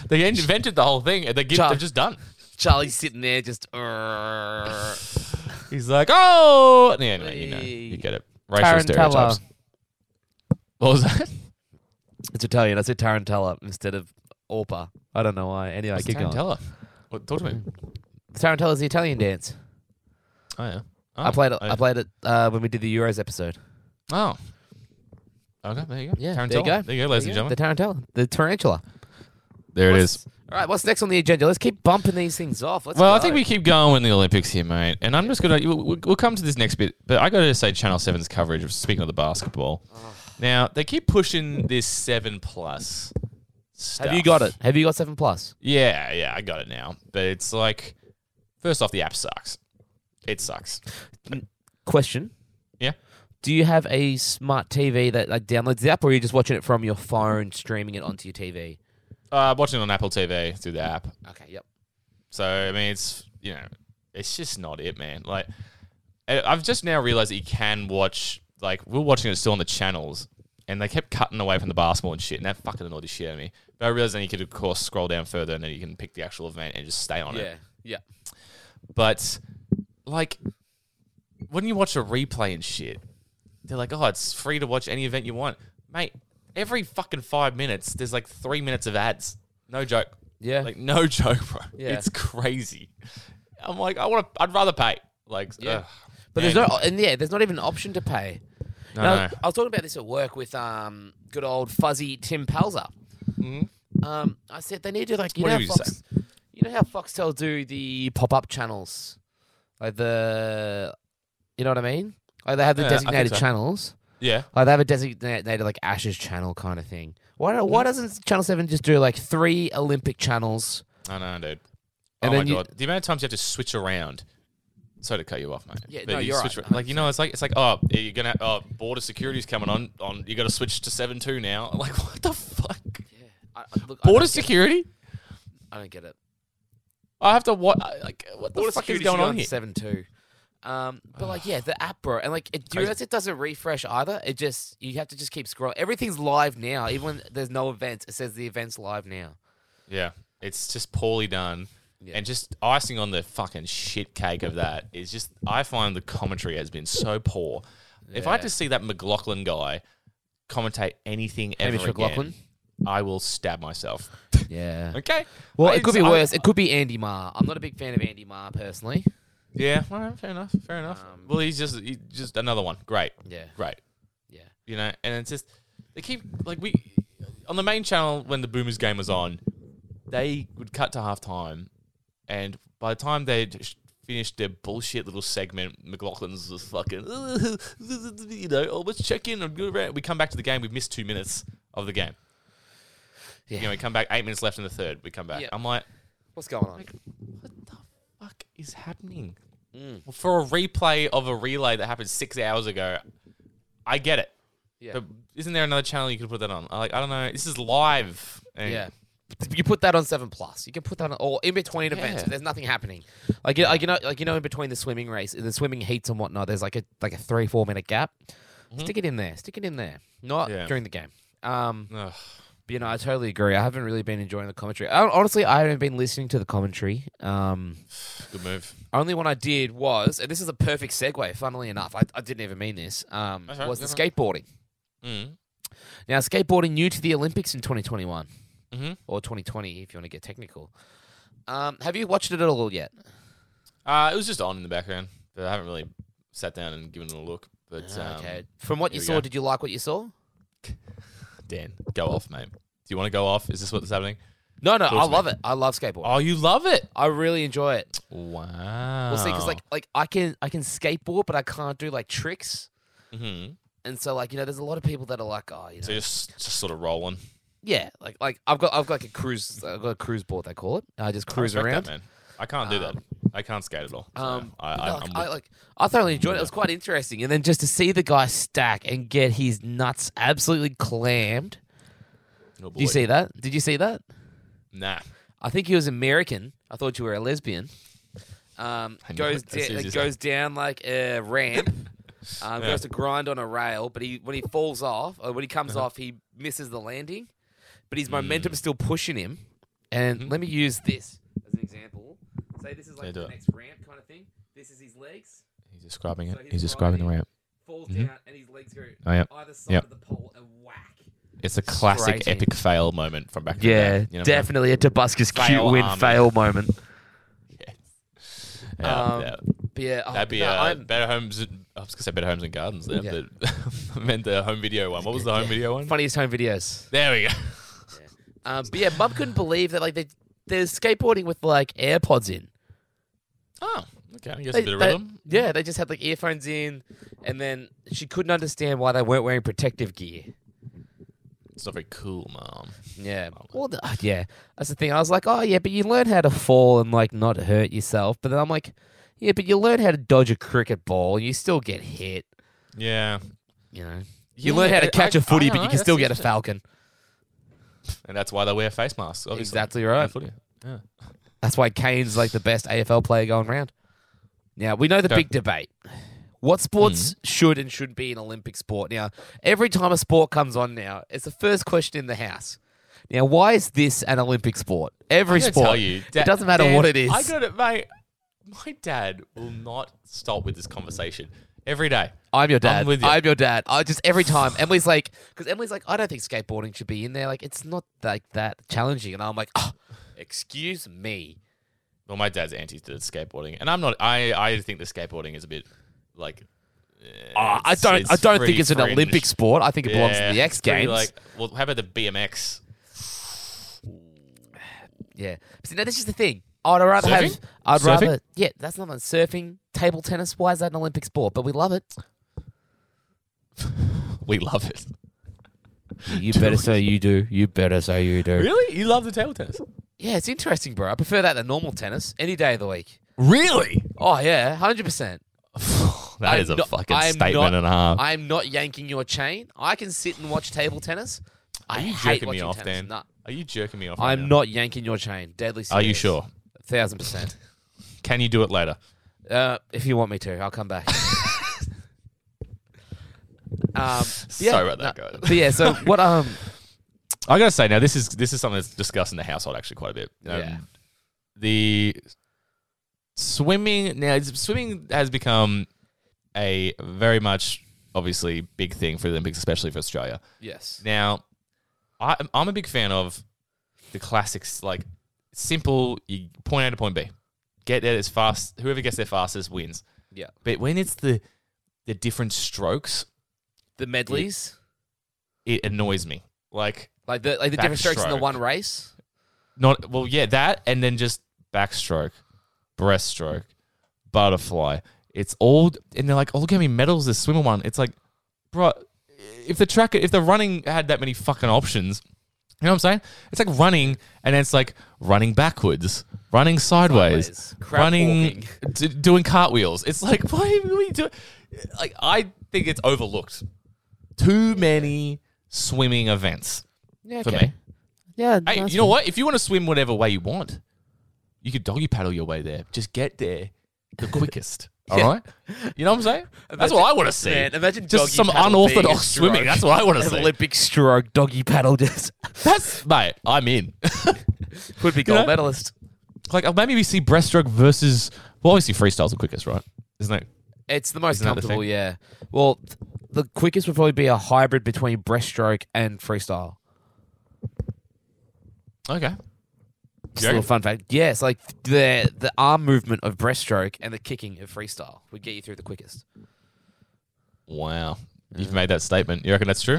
Speaker 2: They invented the whole thing, and they give,
Speaker 1: Chuck.
Speaker 2: they're just done.
Speaker 1: Charlie's sitting there just. uh, "Urgh."
Speaker 2: He's like, oh, yeah, no, you know, you get it. Racial
Speaker 1: Tarantella.
Speaker 2: stereotypes. What was that?
Speaker 1: It's Italian. I said Tarantella instead of Orpa. I don't know why. Anyway, [laughs] keep going.
Speaker 2: Tarantella. What, talk to me.
Speaker 1: Tarantella's the Italian dance.
Speaker 2: Oh yeah. Oh,
Speaker 1: I played it.
Speaker 2: I,
Speaker 1: I played it uh, when we did the Euros episode.
Speaker 2: Oh. Okay, there you go.
Speaker 1: Yeah,
Speaker 2: Tarantella.
Speaker 1: there you go.
Speaker 2: There you go, ladies and
Speaker 1: The
Speaker 2: gentlemen.
Speaker 1: Tarantella, the tarantula.
Speaker 2: There it
Speaker 1: What's-
Speaker 2: is.
Speaker 1: All right, what's next on the agenda? Let's keep bumping these things off. Let's
Speaker 2: Well, I
Speaker 1: go.
Speaker 2: think we keep going with the Olympics here, mate. And I'm just gonna we'll, we'll- we'll come to this next bit, but I got to say Channel 7's coverage of speaking of the basketball. Now they keep pushing this seven plus. Stuff.
Speaker 1: Have you got it? Have you got seven plus?
Speaker 2: Yeah, yeah, I got it now. But it's like, first off, the app sucks. It sucks.
Speaker 1: Question:
Speaker 2: Yeah.
Speaker 1: Do you have a smart TV that like downloads the app, or are you just watching it from your phone, streaming it onto your TV?
Speaker 2: Uh, watching it on Apple TV through the app.
Speaker 1: Okay, yep.
Speaker 2: So I mean, it's you know, it's just not it, man. Like, I- I've just now realized that you can watch. Like, we we're watching it still on the channels, and they kept cutting away from the basketball and shit, and that fucking annoyed the shit out of me. But I realized then you could of course scroll down further, and then you can pick the actual event and just stay on it.
Speaker 1: yeah.
Speaker 2: But like when you watch a replay and shit, they're like, "Oh, it's free to watch any event you want." Mate, every fucking 5 minutes there's like 3 minutes of ads. No joke.
Speaker 1: Yeah.
Speaker 2: Like no [laughs] joke, bro.
Speaker 1: Yeah.
Speaker 2: It's crazy. I'm like, I want to I'd rather pay. Like
Speaker 1: Yeah.
Speaker 2: ugh.
Speaker 1: But there's no, and yeah, there's not even an option to pay.
Speaker 2: No,
Speaker 1: Now,
Speaker 2: no.
Speaker 1: I was talking about this at work with um, good
Speaker 2: Mm-hmm.
Speaker 1: old fuzzy Tim Pelzer. Um, I said they need to like you
Speaker 2: What
Speaker 1: know
Speaker 2: did you
Speaker 1: Fox, you, You know how Foxtel do the pop up channels, like the, you know what I mean? Like they have the
Speaker 2: Yeah, I think
Speaker 1: designated
Speaker 2: so.
Speaker 1: channels.
Speaker 2: Yeah.
Speaker 1: Like they have a designated like Ashes channel kind of thing. Why don't,
Speaker 2: Mm.
Speaker 1: why doesn't Channel Seven just do like three Olympic channels?
Speaker 2: I know, dude.
Speaker 1: And
Speaker 2: oh my
Speaker 1: then you-
Speaker 2: god, the amount of times you have to switch around. Sorry to cut you off, mate.
Speaker 1: Yeah,
Speaker 2: But
Speaker 1: no,
Speaker 2: you
Speaker 1: you're
Speaker 2: switch
Speaker 1: right.
Speaker 2: ar- Like you know, it's like it's like oh, you're gonna oh, border security's coming on on. You got to switch to seven two now. [laughs] I'm like what the fuck?
Speaker 1: I, I, look,
Speaker 2: Border
Speaker 1: I don't, get,
Speaker 2: security?
Speaker 1: I don't get it.
Speaker 2: I have to what? Like what the
Speaker 1: Border
Speaker 2: fuck is
Speaker 1: security's
Speaker 2: going
Speaker 1: gone
Speaker 2: on
Speaker 1: to
Speaker 2: here?
Speaker 1: Seven two. Um, but like
Speaker 2: [sighs]
Speaker 1: yeah, the app, bro, and like it, do you
Speaker 2: Crazy.
Speaker 1: realize it doesn't refresh either? It just you have to just keep scrolling. Everything's live now, even when there's no events. It says the event's live now.
Speaker 2: Yeah, it's just poorly done.
Speaker 1: Yeah.
Speaker 2: And just icing on the fucking shit cake of that is just, I find the commentary has been so poor. If I
Speaker 1: Yeah.
Speaker 2: just see that McLaughlin guy commentate anything ever
Speaker 1: Hamish
Speaker 2: again,
Speaker 1: McLaughlin?
Speaker 2: I will
Speaker 1: [laughs]
Speaker 2: stab myself.
Speaker 1: Yeah.
Speaker 2: Okay.
Speaker 1: Well,
Speaker 2: I
Speaker 1: it could be
Speaker 2: just- I-
Speaker 1: worse. it could be Andy Marr. I'm not a big fan of Andy Marr personally.
Speaker 2: yeah. all right, fair enough. Fair enough.
Speaker 1: Um,
Speaker 2: well, he's just he's just another one. Great.
Speaker 1: Yeah.
Speaker 2: Great.
Speaker 1: Yeah.
Speaker 2: You know, and it's just they keep like we on the main channel when the Boomers game was on, they would cut to halftime, and by the time they finished their bullshit little segment, McLaughlin's was fucking [laughs] you know, oh let's check in. I'm good around." We come back to the game, we've missed two minutes of the game.
Speaker 1: Yeah.
Speaker 2: You know, we come back eight minutes left in the third. We come back.
Speaker 1: Yeah.
Speaker 2: I'm like,
Speaker 1: What's going on?
Speaker 2: what the fuck is happening?
Speaker 1: Mm.
Speaker 2: Well, for a replay of a relay that happened six hours ago, I get it.
Speaker 1: Yeah.
Speaker 2: But isn't there another channel you could put that on? I like I don't know. This is live. And
Speaker 1: yeah. You put that on seven plus. You can put that on or in between events.
Speaker 2: Yeah.
Speaker 1: There's nothing happening. Like you, like you know, like you know, in between the swimming race, the swimming heats and whatnot. There's like a like a three four minute gap. Stick it in there. Stick it in there. Not
Speaker 2: Mm-hmm. Yeah.
Speaker 1: during the game. Um,
Speaker 2: Ugh.
Speaker 1: but, you know, I totally agree. I haven't really been enjoying the commentary. I, honestly, I haven't been listening to the commentary. Um,
Speaker 2: Good move.
Speaker 1: only one I did was, and this is a perfect segue. Funnily enough, I, I didn't even mean this. Um,
Speaker 2: That's right,
Speaker 1: was the
Speaker 2: that's
Speaker 1: skateboarding.
Speaker 2: Mm.
Speaker 1: Now, skateboarding new to the Olympics in 2021
Speaker 2: Mhm.
Speaker 1: or 2020, if you want to get technical. Um, have you watched it at all yet?
Speaker 2: Uh, it was just on in the background, but I haven't really sat down and given it a look. But um,
Speaker 1: Ah, okay. From what you
Speaker 2: here we
Speaker 1: saw,
Speaker 2: go.
Speaker 1: did you like what you saw?
Speaker 2: Dan, go off, mate. Do you want to go off? Is this what's happening?
Speaker 1: No, no, I
Speaker 2: Talk to
Speaker 1: love it. I love skateboarding.
Speaker 2: Oh, you love it.
Speaker 1: I really enjoy it.
Speaker 2: Wow.
Speaker 1: Well, see, because
Speaker 2: Oh.
Speaker 1: like, like I can, I can skateboard, but I can't do like tricks.
Speaker 2: hmm
Speaker 1: And so, like, you know, there's a lot of people that are like, oh, you know,
Speaker 2: so you're just, just sort of rolling.
Speaker 1: yeah, like, like I've got, I've got like a cruise, I've got a cruise board they call it. I just cruise
Speaker 2: I respect
Speaker 1: around.
Speaker 2: that, man. I can't do that.
Speaker 1: Um,
Speaker 2: I can't skate at all. So
Speaker 1: Um,
Speaker 2: I,
Speaker 1: but
Speaker 2: I,
Speaker 1: no,
Speaker 2: I'm
Speaker 1: like,
Speaker 2: with-
Speaker 1: I, like, I thoroughly enjoyed it. It was quite interesting. And then just to see the guy stack and get his nuts absolutely clammed.
Speaker 2: oh,
Speaker 1: Did you
Speaker 2: boy.
Speaker 1: see that? Did you see that?
Speaker 2: Nah.
Speaker 1: I think he was American. I thought you were a lesbian. Um,
Speaker 2: I know
Speaker 1: goes
Speaker 2: it. That's
Speaker 1: da-
Speaker 2: easy as
Speaker 1: goes down like a
Speaker 2: [laughs]
Speaker 1: ramp. Um,
Speaker 2: Yeah.
Speaker 1: Goes to grind on a rail, but he when he falls off, or when he comes
Speaker 2: Uh-huh.
Speaker 1: off, he misses the landing. But
Speaker 2: Hmm.
Speaker 1: his momentum's still pushing him. And let me use this as an example. Say this is like
Speaker 2: Mm-hmm. Yeah, do
Speaker 1: the
Speaker 2: it.
Speaker 1: next ramp kind of thing. This is his legs.
Speaker 2: He's describing
Speaker 1: So
Speaker 2: it.
Speaker 1: he's
Speaker 2: He's describing the
Speaker 1: riding-
Speaker 2: ramp.
Speaker 1: falls down and his legs go
Speaker 2: Oh, Mm-hmm. yep.
Speaker 1: either side
Speaker 2: Yep.
Speaker 1: of the pole and whack.
Speaker 2: It's a classic
Speaker 1: Straight in.
Speaker 2: epic fail moment from back in the day. You know what I mean?
Speaker 1: definitely a Tobuscus
Speaker 2: Fail cute win army. fail
Speaker 1: moment.
Speaker 2: Yeah,
Speaker 1: Um,
Speaker 2: yeah.
Speaker 1: But yeah, oh,
Speaker 2: That'd be
Speaker 1: no,
Speaker 2: uh,
Speaker 1: I'm-
Speaker 2: better homes. and- I was gonna say better homes and gardens. There,
Speaker 1: Yeah.
Speaker 2: but [laughs] I meant the home video one. What was the home
Speaker 1: Yeah.
Speaker 2: video one?
Speaker 1: funniest home videos.
Speaker 2: There we go.
Speaker 1: Um, but yeah, Mum couldn't believe that like they they're skateboarding with like AirPods in.
Speaker 2: [laughs] Oh, okay. I guess
Speaker 1: They-
Speaker 2: a bit of
Speaker 1: they-
Speaker 2: rhythm.
Speaker 1: yeah, they just had like earphones in, and then she couldn't understand why they weren't wearing protective gear.
Speaker 2: It's not very cool, mom.
Speaker 1: Yeah.
Speaker 2: Oh,
Speaker 1: Well, th- uh, yeah. That's the [sighs] thing. I was like, oh yeah, but you learn how to fall and like not hurt yourself. But then I'm like, yeah, but you learn how to dodge a cricket ball and you still get hit.
Speaker 2: Yeah.
Speaker 1: You know, you
Speaker 2: Yeah,
Speaker 1: learn how
Speaker 2: I-
Speaker 1: to catch a
Speaker 2: I-
Speaker 1: footy,
Speaker 2: I
Speaker 1: but
Speaker 2: know,
Speaker 1: you can still
Speaker 2: that's
Speaker 1: get a
Speaker 2: interesting.
Speaker 1: falcon.
Speaker 2: And that's why they wear face masks. Obviously.
Speaker 1: Exactly right.
Speaker 2: Footy. Yeah.
Speaker 1: That's why Kane's like the best AFL player going round. Now we know the
Speaker 2: Okay.
Speaker 1: big debate: what
Speaker 2: Mm.
Speaker 1: sports should and shouldn't be an Olympic sport. Now, every time a sport comes on, now it's the first question in the house. Now, why is this an Olympic sport? Every
Speaker 2: I gotta
Speaker 1: sport.
Speaker 2: Tell you, Da-
Speaker 1: it doesn't matter
Speaker 2: Dan,
Speaker 1: what it is.
Speaker 2: I got it, mate. My dad will not stop with this conversation every day.
Speaker 1: I'm your dad. I'm,
Speaker 2: with you.
Speaker 1: your dad. I just every time Emily's like, because Emily's like, I don't think skateboarding should be in there. Like, it's not like that challenging. And I'm like, oh, excuse me.
Speaker 2: Well, my dad's anti to skateboarding, and I'm not. I I think the skateboarding is a bit like. eh,
Speaker 1: Oh, I
Speaker 2: it's-
Speaker 1: don't. I don't think
Speaker 2: pretty
Speaker 1: it's an
Speaker 2: fringe.
Speaker 1: Olympic sport. I think it belongs
Speaker 2: Yeah,
Speaker 1: to the X
Speaker 2: it's pretty
Speaker 1: Games.
Speaker 2: Like, well, how about the BMX?
Speaker 1: yeah. But see, now this is the thing. I'd rather have.
Speaker 2: Surfing?
Speaker 1: I'd
Speaker 2: Surfing?
Speaker 1: rather. Yeah, that's not one. Surfing, table tennis. Why is that an Olympic sport? But we love it.
Speaker 2: We love it.
Speaker 1: You better say you do. You better say you do.
Speaker 2: Really? You love the table tennis?
Speaker 1: Yeah, it's interesting, bro. I prefer that than normal tennis any day of the week.
Speaker 2: Really?
Speaker 1: Oh yeah, hundred percent.
Speaker 2: [sighs] That
Speaker 1: I'm
Speaker 2: is a
Speaker 1: not-
Speaker 2: fucking
Speaker 1: I'm
Speaker 2: statement
Speaker 1: not-
Speaker 2: and a half.
Speaker 1: I'm not yanking your chain. I can sit and watch table tennis. I
Speaker 2: Are you
Speaker 1: hate
Speaker 2: jerking me
Speaker 1: watching
Speaker 2: off,
Speaker 1: tennis.
Speaker 2: Dan?
Speaker 1: Nah,
Speaker 2: Are you jerking me off? right
Speaker 1: I'm
Speaker 2: now?
Speaker 1: not yanking your chain. Deadly serious.
Speaker 2: Are you sure?
Speaker 1: A thousand percent.
Speaker 2: Can you do it later?
Speaker 1: Uh, if you want me to, I'll come
Speaker 2: [laughs]
Speaker 1: back. um, yeah,
Speaker 2: Sorry about that, guys.
Speaker 1: But yeah, so
Speaker 2: [laughs]
Speaker 1: what? Um,
Speaker 2: I gotta say now, this is this is something that's discussed in the household actually quite a bit. Um,
Speaker 1: Yeah.
Speaker 2: The swimming now, it's- swimming has become a very much obviously big thing for the Olympics, especially for Australia.
Speaker 1: yes,
Speaker 2: Now, I, I'm a big fan of the classics, like simple. You point A to point B, get there as fast. Whoever gets there fastest wins.
Speaker 1: yeah,
Speaker 2: But when it's the the different strokes,
Speaker 1: the medleys,
Speaker 2: it annoys me. Like
Speaker 1: like the like the different strokes in the
Speaker 2: Backstroke.
Speaker 1: one race.
Speaker 2: Not well, yeah, that and then just backstroke, breaststroke, butterfly. It's all and they're like, oh look how many medals this swimmer won. It's like, bro, if the track, if the running had that many fucking options, you know what I'm saying? It's like running and it's like running backwards, running sideways,
Speaker 1: Sideways. Crab
Speaker 2: running,
Speaker 1: walking.
Speaker 2: d- doing cartwheels. It's like, [laughs] why are we doing? Like, I think it's overlooked. Too many swimming events
Speaker 1: Yeah,
Speaker 2: for
Speaker 1: okay.
Speaker 2: me.
Speaker 1: Yeah,
Speaker 2: Hey, you know what? If you want to swim whatever way you want, you could doggy paddle your way there. Just get there
Speaker 1: [laughs]
Speaker 2: the quickest. All right, You know what I'm saying? That's what I want to see.
Speaker 1: Man, imagine
Speaker 2: just
Speaker 1: doggy
Speaker 2: some
Speaker 1: paddle being a
Speaker 2: unorthodox
Speaker 1: stroke.
Speaker 2: swimming. That's what I want
Speaker 1: [laughs]
Speaker 2: to
Speaker 1: An
Speaker 2: see.
Speaker 1: Olympic stroke, doggy paddle,
Speaker 2: [laughs]
Speaker 1: just
Speaker 2: That's mate. I'm in. [laughs]
Speaker 1: could be gold
Speaker 2: know?
Speaker 1: medalist.
Speaker 2: like uh, maybe we see breaststroke versus. Well, obviously freestyle's the quickest, right? Isn't that?
Speaker 1: It's the most
Speaker 2: Isn't that the
Speaker 1: comfortable,
Speaker 2: thing?
Speaker 1: yeah. Well, th- the quickest would probably be a hybrid between breaststroke and freestyle.
Speaker 2: Okay.
Speaker 1: Just a little fun fact. Yes, like the the arm movement of breaststroke and the kicking of freestyle would get you through the quickest.
Speaker 2: Wow. You've made that statement. You reckon that's true?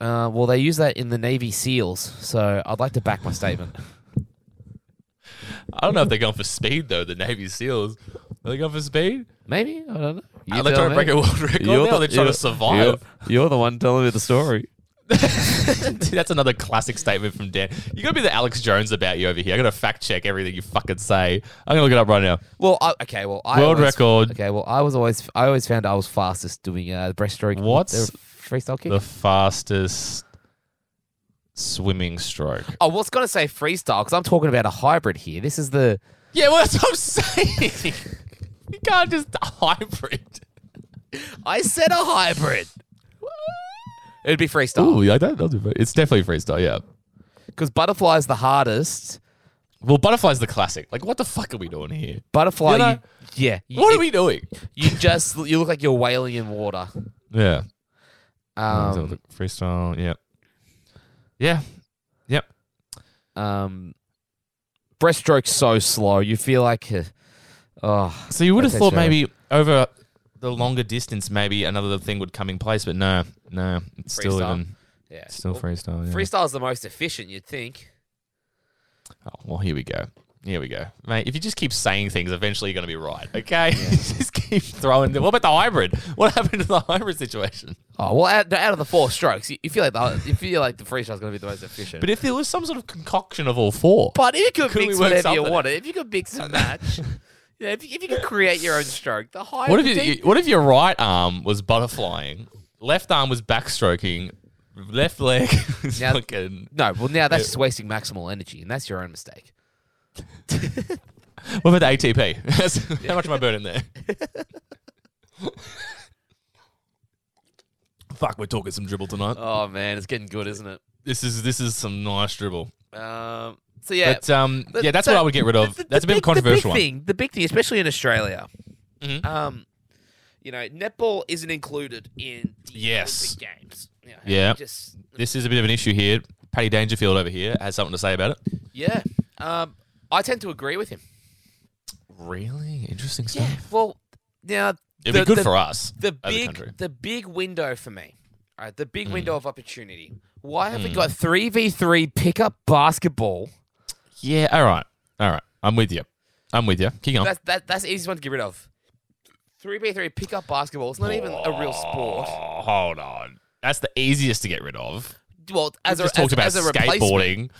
Speaker 1: Uh, well, they use that in the Navy SEALs, so I'd like to back my statement.
Speaker 2: I don't know if they're going for speed though. The Navy SEAls are they going for speed?
Speaker 1: Maybe I don't know. You
Speaker 2: Are they
Speaker 1: tell me.
Speaker 2: trying to break a world [laughs] record? now, or they're trying to survive.
Speaker 1: You're, the one telling me the story.
Speaker 2: Dude, [laughs] that's another classic statement from Dan. You gotta be the Alex Jones about you over here. I gotta fact check everything you fucking say. I'm gonna look it up right now.
Speaker 1: Well, I, okay. Well, I
Speaker 2: World
Speaker 1: always-
Speaker 2: record.
Speaker 1: Okay. Well, I was always I always found I was fastest doing uh, breaststroke.
Speaker 2: What's
Speaker 1: the freestyle kick?
Speaker 2: The fastest swimming stroke.
Speaker 1: I was going to say freestyle because I'm talking about a hybrid here. This is the
Speaker 2: Yeah, well that's what I'm saying. [laughs] you can't just hybrid.
Speaker 1: I said a hybrid. It'd be freestyle
Speaker 2: Ooh, yeah, that, that'll do it. It's definitely freestyle, yeah.
Speaker 1: because butterfly is the hardest.
Speaker 2: Well, butterfly's the classic. Like, what the fuck are we doing here?
Speaker 1: Butterfly,
Speaker 2: You know-
Speaker 1: you, yeah. You,
Speaker 2: What
Speaker 1: it-
Speaker 2: are we [laughs] doing?
Speaker 1: You just you look like you're wailing in water.
Speaker 2: Yeah.
Speaker 1: Um,
Speaker 2: freestyle, yeah. Yeah. Yep.
Speaker 1: um, breaststroke's so slow. You feel like, uh, oh,
Speaker 2: So you would have
Speaker 1: Okay,
Speaker 2: thought
Speaker 1: sure.
Speaker 2: maybe over the longer distance, maybe another thing would come in place, but no, no, it's still
Speaker 1: Freestyle.
Speaker 2: even
Speaker 1: yeah.
Speaker 2: still
Speaker 1: Well,
Speaker 2: freestyle. Yeah.
Speaker 1: freestyle's the most efficient, you'd think.
Speaker 2: Oh, well, here we go. Here we go, mate. If you just keep saying things, eventually you're gonna be right. Okay, [laughs] just keep throwing. Them. What about the hybrid? What happened to the hybrid situation?
Speaker 1: Oh well, out, out of the four strokes, you, you feel like the you feel like the freestyle's going to be the most efficient.
Speaker 2: But if there was some sort of concoction of all four,
Speaker 1: But if you could
Speaker 2: Couldn't
Speaker 1: mix
Speaker 2: we work
Speaker 1: whatever you
Speaker 2: something?
Speaker 1: wanted, if you could mix
Speaker 2: [laughs]
Speaker 1: and match, yeah, if you, if you could create your own stroke, the higher.
Speaker 2: what
Speaker 1: the
Speaker 2: if you,
Speaker 1: deep-
Speaker 2: what if your right arm was butterflying, left arm was backstroking, left leg [laughs] was
Speaker 1: Now-
Speaker 2: fucking.
Speaker 1: No, well now that's just wasting maximal energy, and that's your own mistake.
Speaker 2: What about the [laughs] ATP? How much am I
Speaker 1: [laughs]
Speaker 2: burning there? Fuck, we're talking some dribble tonight.
Speaker 1: Oh man, it's getting good, isn't it?
Speaker 2: This is this is some nice dribble.
Speaker 1: Um, so yeah,
Speaker 2: But um,
Speaker 1: But
Speaker 2: yeah, that's
Speaker 1: so-
Speaker 2: what I would get rid of.
Speaker 1: the- the
Speaker 2: that's a bit
Speaker 1: big-
Speaker 2: of a controversial
Speaker 1: the big Thing, the big thing, especially in Australia,
Speaker 2: Mhm.
Speaker 1: um, you know, netball isn't included in the
Speaker 2: Yes.
Speaker 1: Olympic games. You know,
Speaker 2: Yeah.
Speaker 1: just
Speaker 2: one. This is a bit of an issue here. Paddy Dangerfield over here has something to say about it.
Speaker 1: yeah. Um, I tend to agree with him.
Speaker 2: Really interesting
Speaker 1: Yeah. Well, now
Speaker 2: It'd
Speaker 1: the-
Speaker 2: be good
Speaker 1: the-
Speaker 2: for us.
Speaker 1: the
Speaker 2: as a
Speaker 1: big
Speaker 2: country. Mm.
Speaker 1: the big window for me. All right, the big window of opportunity. Why have we got three v three pickup basketball?
Speaker 2: Yeah. All right. All right. I'm with you. I'm with you. Keep going.
Speaker 1: That's that, that's the easiest one to get rid of. Three v three pickup basketball. It's not even a real sport.
Speaker 2: Oh, hold on. That's the easiest to get rid of.
Speaker 1: Well, as
Speaker 2: Just
Speaker 1: a, as,
Speaker 2: talked about
Speaker 1: as a replacement.
Speaker 2: skateboarding.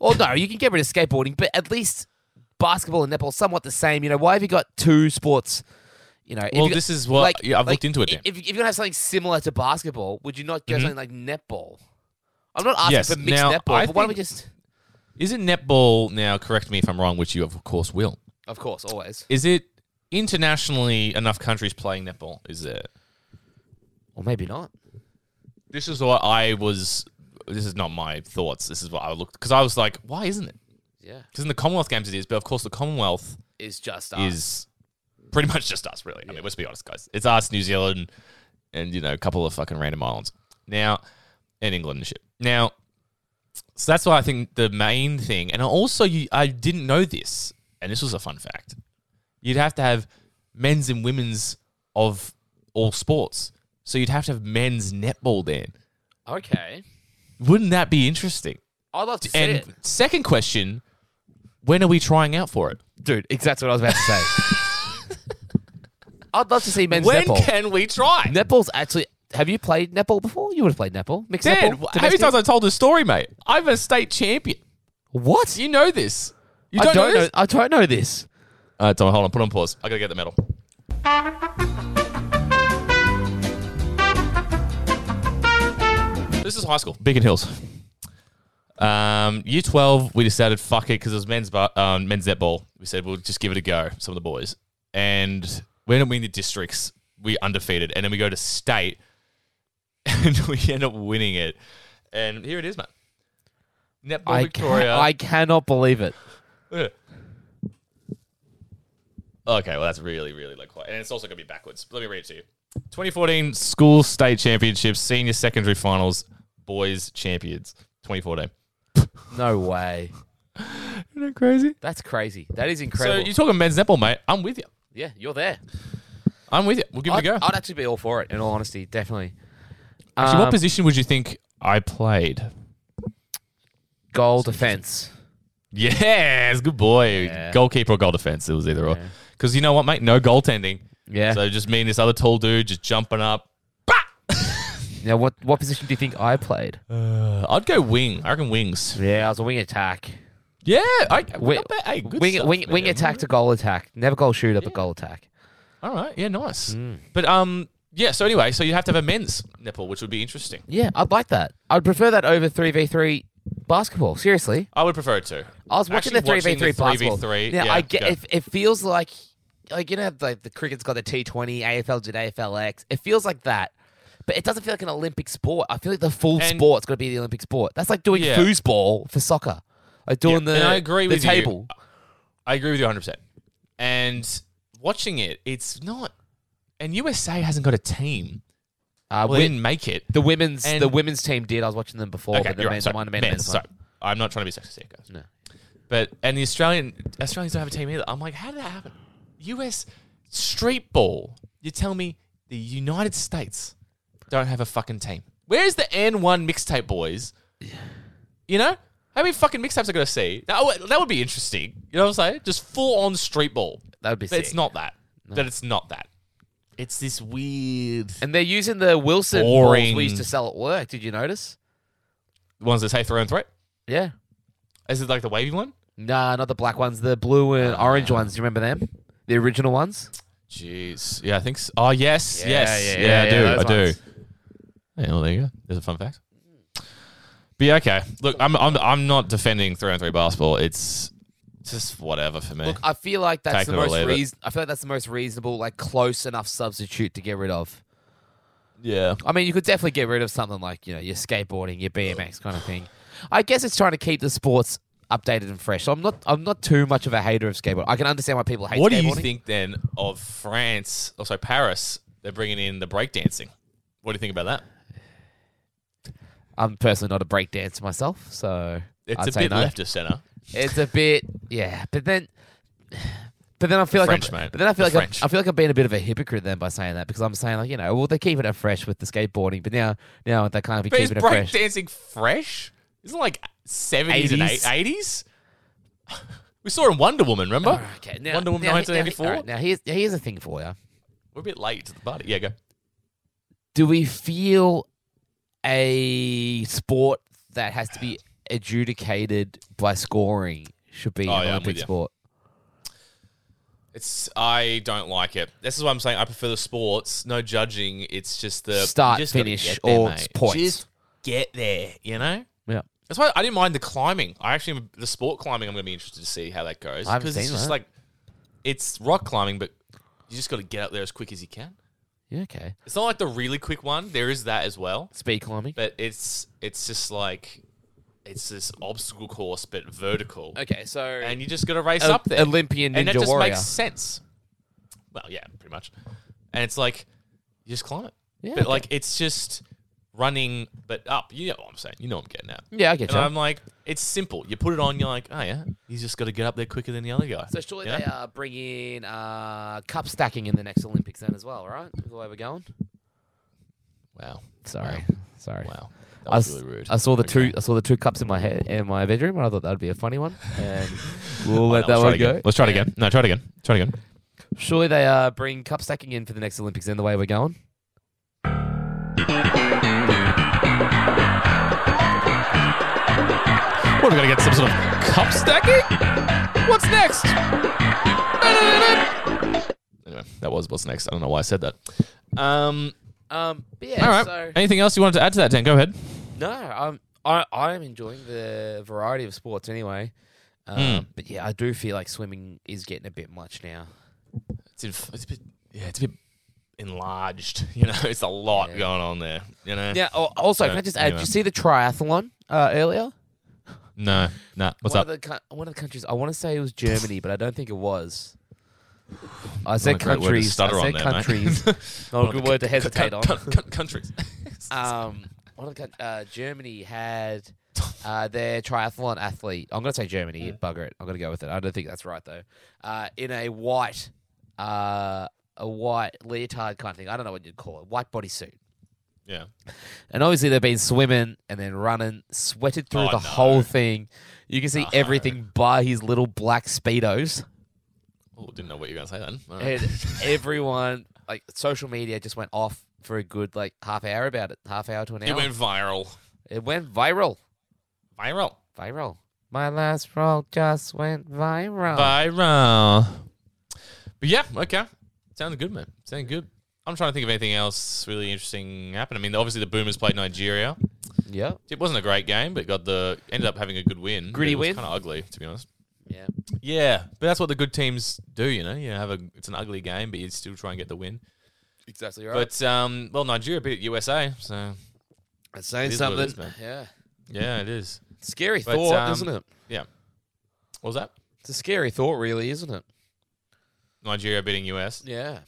Speaker 1: Well, no, you can get rid of skateboarding, but at least basketball and netball are somewhat the same. You know, why have you got two sports? You know, if
Speaker 2: Well,
Speaker 1: you got-
Speaker 2: this is what- yeah, I've looked into it
Speaker 1: i-
Speaker 2: then. Mm-hmm.
Speaker 1: If, if you're gonna have something similar to basketball, would you not go something like netball? I'm not asking
Speaker 2: Yes,
Speaker 1: for mixed
Speaker 2: now,
Speaker 1: netball,
Speaker 2: I
Speaker 1: but why don't we
Speaker 2: think-
Speaker 1: just?
Speaker 2: Isn't netball now? Correct me if I'm wrong, which you of course will.
Speaker 1: Of course, always.
Speaker 2: Is it internationally enough countries playing netball? Is there?
Speaker 1: Or maybe not.
Speaker 2: This is what I was. This is not my thoughts. This is what I looked because I was like, why isn't it?
Speaker 1: Yeah,
Speaker 2: Because in the Commonwealth Games it is, but of course the Commonwealth
Speaker 1: is just uh, us.
Speaker 2: is pretty much just us, really. I mean, let's be honest, guys. It's us, New Zealand, and you know, a couple of fucking random islands. Now, and England and shit. Now, so that's why I think the main thing, and also you, I didn't know this, and this was a fun fact. You'd have to have men's and women's of all sports, so you'd have to have men's netball then.
Speaker 1: okay.
Speaker 2: Wouldn't that be interesting?
Speaker 1: I'd love to see
Speaker 2: And
Speaker 1: it,
Speaker 2: second question, when are we trying out for it?
Speaker 1: dude. Exactly what I was about to say. [laughs] I'd love to see men's
Speaker 2: when
Speaker 1: netball.
Speaker 2: can we try?
Speaker 1: Netball's actually. Have you played netball before? You would have played netball. Mixed
Speaker 2: Dad,
Speaker 1: netball.
Speaker 2: how many
Speaker 1: domestic?
Speaker 2: times I told this story, mate? I'm a state champion.
Speaker 1: What?
Speaker 2: You know this. You don't,
Speaker 1: I don't
Speaker 2: know.
Speaker 1: know.
Speaker 2: This?
Speaker 1: I don't know this.
Speaker 2: Uh, Tom, hold on. Put on pause. I gotta get the medal. This is high school, Beacon Hills. Um, year twelve, we decided fuck it because it was men's bu- um, men's netball. We said we'll just give it a go. Some of the boys, and we ended up winning the districts. We undefeated, and then we go to state, [laughs] and we end up winning it. And here it is, mate. Netball
Speaker 1: I
Speaker 2: Victoria.
Speaker 1: Can, I cannot believe it.
Speaker 2: Okay, well, that's really, really low quality. And it's also going to be backwards. Let me read it to you 2014 School State Championships, Senior Secondary Finals, Boys Champions. 2014.
Speaker 1: No way.
Speaker 2: Isn't that crazy?
Speaker 1: That's crazy. That is
Speaker 2: So
Speaker 1: incredible.
Speaker 2: you're talking men's netball, mate. I'm with you.
Speaker 1: yeah, you're there.
Speaker 2: I'm with you. We'll give
Speaker 1: I'd,
Speaker 2: it a go.
Speaker 1: I'd actually be all for it. In all honesty, definitely.
Speaker 2: Actually,
Speaker 1: Um,
Speaker 2: what position would you think I played?
Speaker 1: goal defense?
Speaker 2: Yes, good boy.
Speaker 1: Yeah.
Speaker 2: Goalkeeper or goal defense. It was either or.
Speaker 1: Yeah.
Speaker 2: Because you know what, mate? No goaltending.
Speaker 1: Yeah.
Speaker 2: So just me and this other tall dude just jumping up.
Speaker 1: now, what what position do you think I played?
Speaker 2: Uh, I'd go wing. I reckon wings.
Speaker 1: Yeah, I was a wing attack.
Speaker 2: Yeah, I,
Speaker 1: Wi-
Speaker 2: not bad. Hey, good
Speaker 1: wing
Speaker 2: stuff,
Speaker 1: wing
Speaker 2: man.
Speaker 1: wing attack to goal attack. Never goal shooter, but goal attack.
Speaker 2: All right, yeah, nice.
Speaker 1: Hmm.
Speaker 2: But um, yeah. So anyway, so you have to have a men's nipple, which would be interesting.
Speaker 1: Yeah, I'd like that. I'd prefer that over three v three basketball. Seriously.
Speaker 2: I would prefer it to.
Speaker 1: I was watching
Speaker 2: Actually
Speaker 1: the three v
Speaker 2: watching
Speaker 1: three
Speaker 2: the
Speaker 1: basketball.
Speaker 2: 3v3,
Speaker 1: Now
Speaker 2: yeah,
Speaker 1: I get
Speaker 2: go.
Speaker 1: if it feels like like you know like the cricket's got the T Twenty, AFL did AFLX. It feels like that, but it doesn't feel like an Olympic sport. I feel like the full
Speaker 2: And-
Speaker 1: sport's got to be the Olympic sport. That's like doing
Speaker 2: Yeah.
Speaker 1: foosball for soccer, like doing the
Speaker 2: Yeah, and I agree
Speaker 1: the
Speaker 2: with you.
Speaker 1: table.
Speaker 2: I agree with you 100. percent And watching it, it's not. And USA hasn't got a team.
Speaker 1: Uh,
Speaker 2: Well, they
Speaker 1: wi-
Speaker 2: didn't make it.
Speaker 1: the women's the
Speaker 2: and-
Speaker 1: women's team did. I was watching them before.
Speaker 2: Okay,
Speaker 1: but the
Speaker 2: you're right.
Speaker 1: men's,
Speaker 2: Sorry,
Speaker 1: one, the
Speaker 2: men's.
Speaker 1: men's, one.
Speaker 2: sorry. I'm not trying to be sexist, guys.
Speaker 1: No.
Speaker 2: But and the Australian Australians don't have a team either. I'm like, how did that happen? US street ball. You tell me the United States don't have a fucking team. Where is the N1 mixtape boys? You know? How many fucking mixtapes I gotta see? That would, that would be interesting. You know what I'm saying? Just full on street ball.
Speaker 1: That would be
Speaker 2: But it's
Speaker 1: sick.
Speaker 2: not that. That it's not that. It's this weird
Speaker 1: And they're using the Wilson balls
Speaker 2: Boring.
Speaker 1: we used to sell at work. Did you notice?
Speaker 2: ones that say throw and threat.
Speaker 1: Yeah.
Speaker 2: Is it like the wavy one?
Speaker 1: Nah, not the black ones. The blue and
Speaker 2: Ah.
Speaker 1: orange ones. Do you remember them? The original ones.
Speaker 2: Jeez. Yeah, I think so. Oh, yes.
Speaker 1: Yeah,
Speaker 2: yes.
Speaker 1: yeah, yeah,
Speaker 2: Yeah, I
Speaker 1: yeah,
Speaker 2: do. I
Speaker 1: those
Speaker 2: do.
Speaker 1: ones.
Speaker 2: Yeah, well, there you go. There's a fun fact. But yeah, okay. Look, I'm, I'm, I'm not defending 3 on 3 basketball. It's just whatever for me.
Speaker 1: Look, I feel like that's
Speaker 2: Take
Speaker 1: the
Speaker 2: it or
Speaker 1: most
Speaker 2: leave it.
Speaker 1: reason. I feel like that's the most reasonable, like close enough substitute to get rid of.
Speaker 2: yeah.
Speaker 1: I mean, you could definitely get rid of something like you know your skateboarding, your BMX kind of thing. I guess it's trying to keep the sports updated and fresh. So I'm not. I'm not too much of a hater of skateboarding. I can understand why people hate.
Speaker 2: What do
Speaker 1: skateboarding.
Speaker 2: you think then of France, also Paris? They're bringing in the breakdancing. What do you think about that?
Speaker 1: I'm personally not a breakdancer myself, so
Speaker 2: It's
Speaker 1: I'd
Speaker 2: a
Speaker 1: say
Speaker 2: bit
Speaker 1: no.
Speaker 2: left of center.
Speaker 1: It's a bit, yeah. But then, but then I feel like
Speaker 2: French,
Speaker 1: I'm,
Speaker 2: mate.
Speaker 1: But then I feel like
Speaker 2: The
Speaker 1: I'm,
Speaker 2: French.
Speaker 1: I feel like I'm being a bit of a hypocrite then by saying that because I'm saying like you know, well they're keeping it fresh with the skateboarding, but now now they can't be
Speaker 2: But is
Speaker 1: keeping it fresh.
Speaker 2: breakdancing fresh? Isn't it like 70s
Speaker 1: 80s?
Speaker 2: and eight- 80s? [laughs] We saw in Wonder Woman, remember?
Speaker 1: All right, okay. Now,
Speaker 2: Wonder Woman
Speaker 1: now, he- now he-
Speaker 2: 1984.
Speaker 1: all right, Now, here's now here's the thing for you.
Speaker 2: We're a bit late to the party. Yeah, go.
Speaker 1: Do we feel a sport that has to be adjudicated by scoring should be
Speaker 2: Oh,
Speaker 1: an
Speaker 2: yeah, I'm
Speaker 1: Olympic
Speaker 2: with you.
Speaker 1: sport?
Speaker 2: It's I don't like it. This is why I'm saying I prefer the sports. No judging. It's just the you
Speaker 1: Start,
Speaker 2: just gotta
Speaker 1: finish,
Speaker 2: get there,
Speaker 1: or
Speaker 2: mate.
Speaker 1: points.
Speaker 2: Just get there. You know.
Speaker 1: Yeah.
Speaker 2: That's why I didn't mind the climbing. I actually the sport climbing. I'm going to be interested to see how that goes
Speaker 1: I haven't
Speaker 2: it's
Speaker 1: seen
Speaker 2: just
Speaker 1: that.
Speaker 2: like it's rock climbing, but you just got to get up there as quick as you can.
Speaker 1: Yeah, okay.
Speaker 2: It's not like the really quick one. There is that as well,
Speaker 1: Speed climbing.
Speaker 2: but it's it's just like it's this obstacle course, but vertical,
Speaker 1: Okay, so
Speaker 2: and you just got to race
Speaker 1: O-
Speaker 2: up there.
Speaker 1: Olympian Ninja
Speaker 2: and that just
Speaker 1: Warrior.
Speaker 2: makes sense. Well, yeah, pretty much. And it's like you just climb it,
Speaker 1: Yeah,
Speaker 2: but
Speaker 1: okay.
Speaker 2: like it's just running, but up. You know what I'm saying? You know what I'm getting at.
Speaker 1: yeah, I get
Speaker 2: And
Speaker 1: you.
Speaker 2: I'm like, it's simple. You put it on, you're like, oh yeah, he's just got to get up there quicker than the other guy.
Speaker 1: So surely
Speaker 2: Yeah.
Speaker 1: they uh, bring in uh, cup stacking in the next Olympics then as well, right? Is The way we're going.
Speaker 2: Wow,
Speaker 1: Sorry, sorry.
Speaker 2: wow, that
Speaker 1: I,
Speaker 2: was
Speaker 1: s-
Speaker 2: really rude.
Speaker 1: I saw the
Speaker 2: Okay.
Speaker 1: two. I saw the two cups in my head in my bedroom, and I thought that'd be a funny one. [laughs] And we'll let
Speaker 2: Alright,
Speaker 1: that
Speaker 2: let's try it
Speaker 1: one
Speaker 2: again.
Speaker 1: go.
Speaker 2: Let's try it again. No, try it again. Try it again.
Speaker 1: Surely they uh, bring cup stacking in for the next Olympics. Then the way we're going.
Speaker 2: What are we gonna get? Some sort of cup stacking? What's next? Anyway, that was what's next. I don't know why I said that. Um,
Speaker 1: Um, but yeah.
Speaker 2: all right.
Speaker 1: So
Speaker 2: Anything else you wanted to add to that, Dan? Go ahead.
Speaker 1: no, I'm I I'm enjoying the variety of sports anyway. Um,
Speaker 2: Mm.
Speaker 1: But yeah, I do feel like swimming is getting a bit much now.
Speaker 2: It's, inf- it's a bit, yeah, it's a bit enlarged. [laughs] You know, it's a lot
Speaker 1: Yeah.
Speaker 2: going on there. You know.
Speaker 1: Yeah. al- Also,
Speaker 2: Yeah,
Speaker 1: can I just add? Did
Speaker 2: anyway.
Speaker 1: you see the triathlon uh, earlier?
Speaker 2: No. No. What's
Speaker 1: one
Speaker 2: up?
Speaker 1: Of the, cou- one of the countries. I want to say it was Germany, but I don't think it
Speaker 2: [sighs]
Speaker 1: was. I said
Speaker 2: great word to
Speaker 1: countries.
Speaker 2: stutter
Speaker 1: I
Speaker 2: on
Speaker 1: said
Speaker 2: there, mate. [laughs]
Speaker 1: countries. not a good word to hesitate on.
Speaker 2: Cunt-
Speaker 1: [laughs]
Speaker 2: cunt- countries.
Speaker 1: Um, one of the, coun- uh, Germany had uh, their triathlon athlete. I'm going to say Germany. Bugger it. I'm going to go with it. I don't think that's right though. Uh, in a white, uh, a white leotard kind of thing. I don't know what you'd call it. White bodysuit.
Speaker 2: yeah.
Speaker 1: And obviously they've been swimming and then running, sweated through
Speaker 2: Oh,
Speaker 1: the
Speaker 2: no.
Speaker 1: whole thing. You can see everything by his little black speedos.
Speaker 2: Oh, didn't know what you were gonna say then. All [laughs]
Speaker 1: [laughs]
Speaker 2: right.
Speaker 1: And everyone, like social media, just went off for a good like half hour about it, half hour to an hour.
Speaker 2: It went viral.
Speaker 1: It went viral,
Speaker 2: Viral.
Speaker 1: viral. My last roll just went viral.
Speaker 2: Viral. But yeah, okay. Sounded good, man. Sounded good. I'm trying to think of anything else really interesting happened. I mean, obviously the Boomers played Nigeria.
Speaker 1: yep.
Speaker 2: It wasn't a great game, but got the ended up having a good win. but
Speaker 1: Gritty
Speaker 2: it was
Speaker 1: win?
Speaker 2: Kind of ugly, to be honest.
Speaker 1: Yeah.
Speaker 2: Yeah, but that's what the good teams do, you know. You have a it's an ugly game, but you still try and get the win.
Speaker 1: Exactly right.
Speaker 2: But um, well, Nigeria beat USA, so
Speaker 1: But it's saying
Speaker 2: it is what
Speaker 1: something.
Speaker 2: it is, man.
Speaker 1: yeah.
Speaker 2: yeah, it is.
Speaker 1: Scary
Speaker 2: But,
Speaker 1: thought,
Speaker 2: um,
Speaker 1: isn't it?
Speaker 2: Yeah, what was that?
Speaker 1: It's a scary thought, really, isn't it?
Speaker 2: Nigeria beating US.
Speaker 1: Yeah.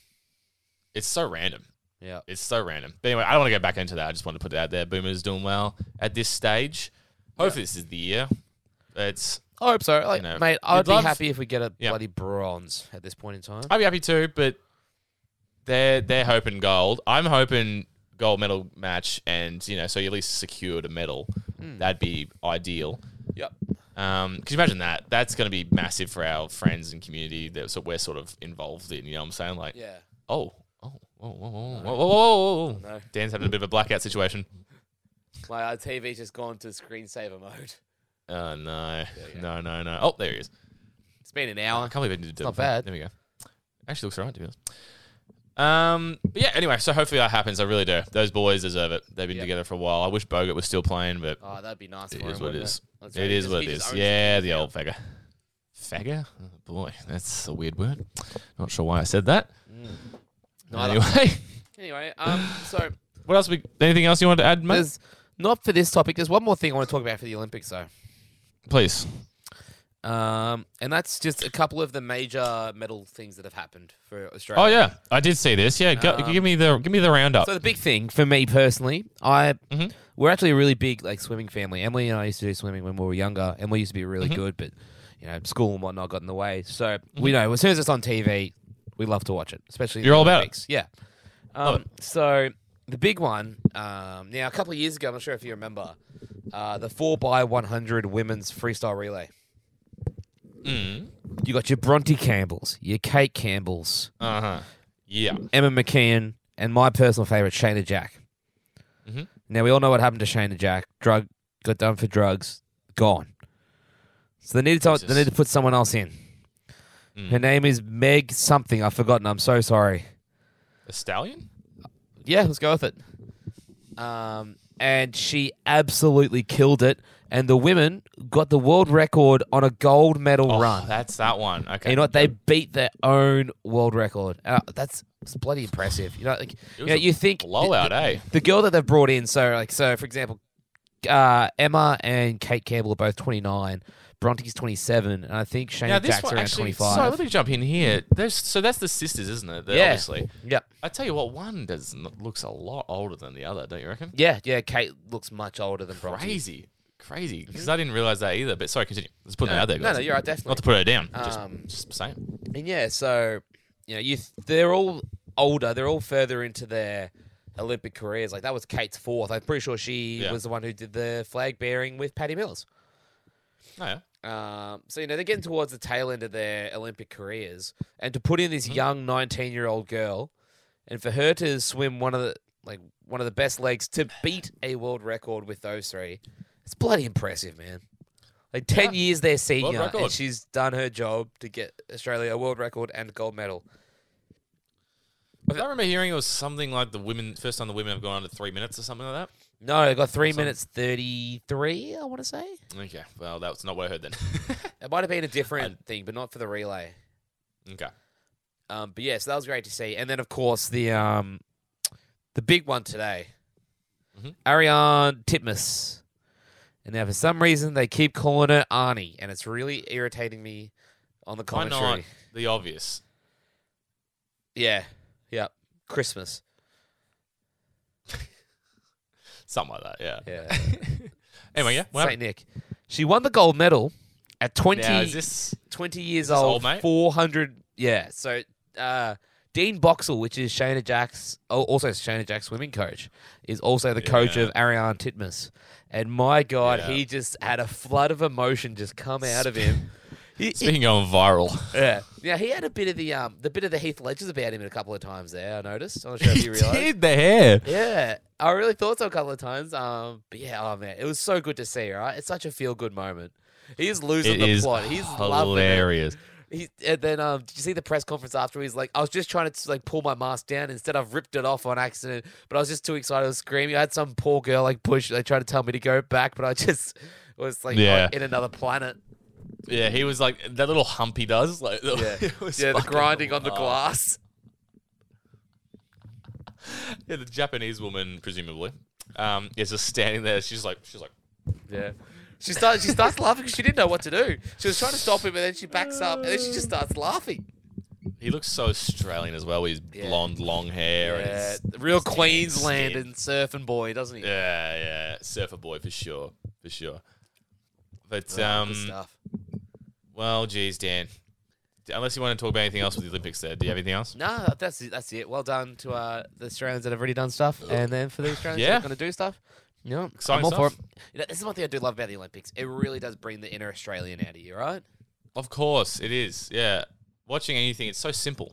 Speaker 2: It's so random.
Speaker 1: Yeah.
Speaker 2: It's so random. But anyway, I don't want to go back into that. I just wanted to put it out there. Boomers doing well at this stage. Hopefully, this is the year. It's
Speaker 1: I hope so. Like,
Speaker 2: You know,
Speaker 1: mate, I'd
Speaker 2: you'd
Speaker 1: be
Speaker 2: love-
Speaker 1: happy if we get a
Speaker 2: Yeah.
Speaker 1: bloody bronze at this point in time.
Speaker 2: I'd be happy too, but they're they're hoping gold. I'm hoping gold medal match, and you know, so you at least secured a medal. That'd be ideal.
Speaker 1: Hmm. Yep.
Speaker 2: Um, could you imagine that? That's going to be massive for our friends and community that so we're sort of involved in. You know what I'm saying? Like,
Speaker 1: Yeah.
Speaker 2: oh, oh, whoa, whoa, whoa, whoa, whoa, whoa, whoa.
Speaker 1: No.
Speaker 2: Dan's having a bit of a blackout situation.
Speaker 1: My uh, TV's just gone to screensaver mode.
Speaker 2: Oh no, no, no, no. Oh, there he is.
Speaker 1: It's been an
Speaker 2: I
Speaker 1: hour.
Speaker 2: can't believe I didn't do it.
Speaker 1: not
Speaker 2: before.
Speaker 1: bad.
Speaker 2: There we go. Actually looks alright to be honest. Um, but yeah. Anyway, so hopefully that happens. I really do. Those boys deserve it. They've been
Speaker 1: Yep.
Speaker 2: together for a while. I wish Bogart was still playing, but
Speaker 1: Oh, that'd be nice.
Speaker 2: it
Speaker 1: for
Speaker 2: is
Speaker 1: him,
Speaker 2: what it
Speaker 1: wouldn't
Speaker 2: is.
Speaker 1: That's right.
Speaker 2: It
Speaker 1: He
Speaker 2: is
Speaker 1: just-
Speaker 2: what
Speaker 1: he
Speaker 2: it
Speaker 1: just
Speaker 2: is.
Speaker 1: owns
Speaker 2: Yeah, the old fagger. Fagger? Oh, boy, that's a weird word. Not sure why I said that.
Speaker 1: Mm. Neither.
Speaker 2: Anyway, [laughs]
Speaker 1: Anyway, um, so
Speaker 2: what else? We, anything else you want to add, mate?
Speaker 1: there's not for this topic. There's one more thing I want to talk about for the Olympics, though.
Speaker 2: Please.
Speaker 1: Um, and that's just a couple of the major medal things that have happened for Australia.
Speaker 2: Oh yeah, I did see this. Yeah, go,
Speaker 1: Um,
Speaker 2: give me the give me the roundup.
Speaker 1: So the big thing for me personally, I
Speaker 2: Mhm.
Speaker 1: we're actually a really big like swimming family. Emily and I used to do swimming when we were younger, and we used to be really
Speaker 2: Mm-hmm.
Speaker 1: good, but you know school and whatnot got in the way. So we know as soon as it's on TV, we love to watch it, especially
Speaker 2: You're all about it.
Speaker 1: it. Yeah. Um, so the big one um, now a couple of years ago, I'm not sure if you remember uh, the four by 100 women's freestyle relay.
Speaker 2: Mm.
Speaker 1: You got your Bronte Campbells, your Kate Campbells,
Speaker 2: Uh huh. Yeah.
Speaker 1: Emma McKeon, and my personal favorite, Shayna Jack.
Speaker 2: Mhm.
Speaker 1: Now we all know what happened to Shayna Jack. Drug got done for drugs, gone. So they needed to, they
Speaker 2: Jesus.
Speaker 1: need to put someone else in.
Speaker 2: Mm.
Speaker 1: Her name is Meg something. I've forgotten. I'm so sorry.
Speaker 2: A stallion?
Speaker 1: Yeah, let's go with it. Um, and she absolutely killed it. And the women got the world record on a gold medal
Speaker 2: Oh,
Speaker 1: run.
Speaker 2: That's that one. Okay.
Speaker 1: And you know what? They beat their own world record. Uh, that's it's bloody impressive. You know, like, you,
Speaker 2: was
Speaker 1: know,
Speaker 2: a
Speaker 1: you think
Speaker 2: Blowout,
Speaker 1: the,
Speaker 2: eh?
Speaker 1: the girl that they've brought in. So, like, so for example, uh, Emma and Kate Campbell are both twenty nine. Bronte's twenty seven, and I think Shane
Speaker 2: Now this
Speaker 1: Jack's
Speaker 2: one
Speaker 1: around
Speaker 2: actually.
Speaker 1: twenty
Speaker 2: Sorry, let
Speaker 1: five.
Speaker 2: me jump in here. There's, so that's the sisters, isn't it? They're
Speaker 1: Yeah.
Speaker 2: Obviously.
Speaker 1: Yep.
Speaker 2: I tell you what, one does not, looks a lot older than the other. Don't you reckon?
Speaker 1: Yeah, yeah. Kate looks much older than Bronte.
Speaker 2: Crazy, crazy. Because I didn't realize that either. But sorry, continue. Let's put
Speaker 1: Mm-hmm. No,
Speaker 2: that out there.
Speaker 1: no,
Speaker 2: Guys.
Speaker 1: no, you're right,
Speaker 2: Not
Speaker 1: definitely.
Speaker 2: to put her down.
Speaker 1: Um,
Speaker 2: just, just saying.
Speaker 1: And yeah, so you know, you th- they're all older. They're all further into their Olympic careers. Like that was Kate's fourth. I'm pretty sure she
Speaker 2: Yeah.
Speaker 1: was the one who did the flag bearing with Patty Mills.
Speaker 2: Oh, yeah.
Speaker 1: Um, so you know they're getting towards the tail end of their Olympic careers, and to put in
Speaker 2: Mm-hmm.
Speaker 1: this young 19 year old girl, and for her to swim one of the like one of the best legs to beat a world record with those three, it's bloody impressive, man. Like 10 years their senior, and
Speaker 2: record.
Speaker 1: she's done her job to get Australia a world record and gold medal.
Speaker 2: I remember hearing it was something like the women first time the women have gone under three minutes or something like
Speaker 1: No, I got three
Speaker 2: Awesome.
Speaker 1: minutes 33. I want to say
Speaker 2: that. Okay, well that's not what I
Speaker 1: [laughs]
Speaker 2: heard then.
Speaker 1: it might have been a different thing, but not for the relay.
Speaker 2: okay,
Speaker 1: Um, but yeah, so that was great to see. And then of course the um, the big one today,
Speaker 2: Mhm.
Speaker 1: Ariane Titmus. And now for some reason they keep calling her Arnie, and it's really irritating me on the
Speaker 2: why
Speaker 1: commentary.
Speaker 2: not the obvious?
Speaker 1: Yeah, yeah, Christmas.
Speaker 2: Something like that. Yeah.
Speaker 1: Yeah,
Speaker 2: [laughs] Anyway, yeah. What
Speaker 1: Saint Nick. She won the gold medal at 20,
Speaker 2: happened? Now, is [laughs] this
Speaker 1: 20 years
Speaker 2: this
Speaker 1: old,
Speaker 2: old, mate?
Speaker 1: four hundred. Yeah, so uh, Dean Boxall, which is Shana Jack's, al- also Shana Jack's swimming coach, is also the coach of Ariane Titmus. And my God,
Speaker 2: Yeah.
Speaker 1: he just had a flood of emotion just come out of [laughs] him. He- he-
Speaker 2: speaking of viral?
Speaker 1: yeah, yeah, he had a bit of the um, the bit of the Heath Ledgers about him a couple of times there. I noticed. I'm not sure if [laughs] you realised.
Speaker 2: the hair.
Speaker 1: Yeah, I really thought so a couple of times. Um, but yeah, oh man, it was so good to see. Right, it's such a feel good moment. He's losing
Speaker 2: It
Speaker 1: the
Speaker 2: is
Speaker 1: plot. He's loving it.
Speaker 2: hilarious.
Speaker 1: He, and then um, did you see the press conference after? He's like, I was just trying to like pull my mask down. Instead, I've ripped it off on accident. But I was just too excited. I was screaming. I had some poor girl like push. They tried to tell me to go back, but I [laughs] just was like
Speaker 2: Yeah.
Speaker 1: on- in another planet.
Speaker 2: Yeah, he was like that little hump he does. Like, [laughs]
Speaker 1: Yeah,
Speaker 2: it was
Speaker 1: yeah, the
Speaker 2: fucking
Speaker 1: grinding on the
Speaker 2: wild.
Speaker 1: glass.
Speaker 2: Yeah, the Japanese woman presumably um, is just standing there. She's like, she's like,
Speaker 1: Yeah. She starts. She starts laughing because she didn't know what to do. She was trying to stop him, and then she backs up, and then she just starts laughing.
Speaker 2: he looks so Australian as well. with His
Speaker 1: Yeah.
Speaker 2: blonde, long hair. And
Speaker 1: Yeah,
Speaker 2: his,
Speaker 1: the real
Speaker 2: his
Speaker 1: Queensland
Speaker 2: skin.
Speaker 1: and surfing boy, doesn't he?
Speaker 2: yeah, yeah, surfer boy for sure, for sure. But
Speaker 1: Oh,
Speaker 2: um,
Speaker 1: good stuff.
Speaker 2: well, geez, Dan. Unless you want to talk about anything else with the Olympics, there, do you have anything else?
Speaker 1: No, that's it. That's it. Well done to uh, the Australians that have already done stuff, and then for the Australians
Speaker 2: Yeah.
Speaker 1: that are going to do stuff. You know, I'm
Speaker 2: Exciting
Speaker 1: all for it.
Speaker 2: stuff.
Speaker 1: You know, this is one thing I do love about the Olympics. It really does bring the inner Australian out of you, right?
Speaker 2: Of course, it is. Yeah. Watching anything, it's so simple.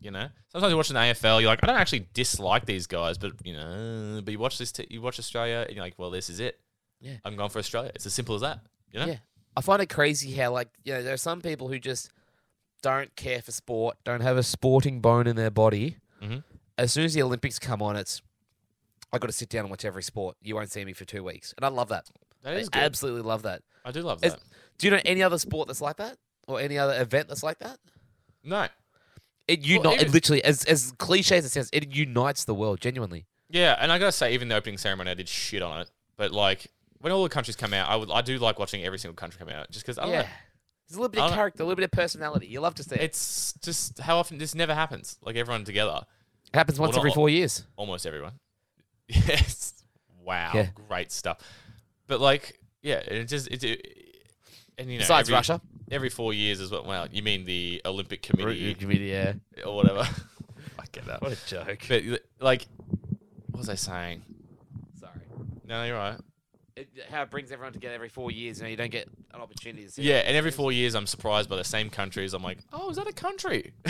Speaker 2: You know, sometimes you watch an AFL, you're like, I don't actually dislike these guys, but you know, but you watch this, t- you watch Australia, and you're like, well, this is it.
Speaker 1: Yeah.
Speaker 2: I'm going for Australia. It's as simple as that. You know.
Speaker 1: Yeah. I find it crazy how, like, you know, there are some people who just don't care for sport, don't have a sporting bone in their body.
Speaker 2: Mhm.
Speaker 1: As soon as the Olympics come on, it's I got to sit down and watch every sport. You won't see me for two weeks, and I love that.
Speaker 2: That is
Speaker 1: I
Speaker 2: good.
Speaker 1: absolutely love that.
Speaker 2: I do love
Speaker 1: It's-
Speaker 2: that.
Speaker 1: Do you know any other sport that's like that, or any other event that's like that?
Speaker 2: No.
Speaker 1: It uni-
Speaker 2: Well,
Speaker 1: it
Speaker 2: even-
Speaker 1: literally as as cliche as it sounds, it unites the world genuinely.
Speaker 2: Yeah, and I gotta say, even the opening ceremony, I did shit on it. But like, when all the countries come out, I would, I do like watching every single country come out, just because I don't
Speaker 1: Yeah,
Speaker 2: know.
Speaker 1: there's a little bit
Speaker 2: I
Speaker 1: of
Speaker 2: don't-
Speaker 1: character, a little bit of personality. You love to see it.
Speaker 2: It's just how often this never happens. Like everyone together,
Speaker 1: It happens once
Speaker 2: well,
Speaker 1: every
Speaker 2: not-
Speaker 1: four years.
Speaker 2: almost everyone. [laughs] Yes. Wow.
Speaker 1: Yeah.
Speaker 2: Great stuff. But like, yeah, it just it. it- and you know,
Speaker 1: Besides
Speaker 2: every,
Speaker 1: Russia,
Speaker 2: every four years is what. Well, you mean the Olympic Committee
Speaker 1: yeah, [laughs]
Speaker 2: or whatever? [laughs] I get that.
Speaker 1: a joke.
Speaker 2: [laughs] But like, what was I saying?
Speaker 1: [laughs] Sorry,
Speaker 2: No, you're right.
Speaker 1: it, how it brings everyone together every four years. You know, you don't get an opportunity to see.
Speaker 2: Yeah, and every four years I'm surprised by the same countries. I'm like, oh, is that a country? [laughs]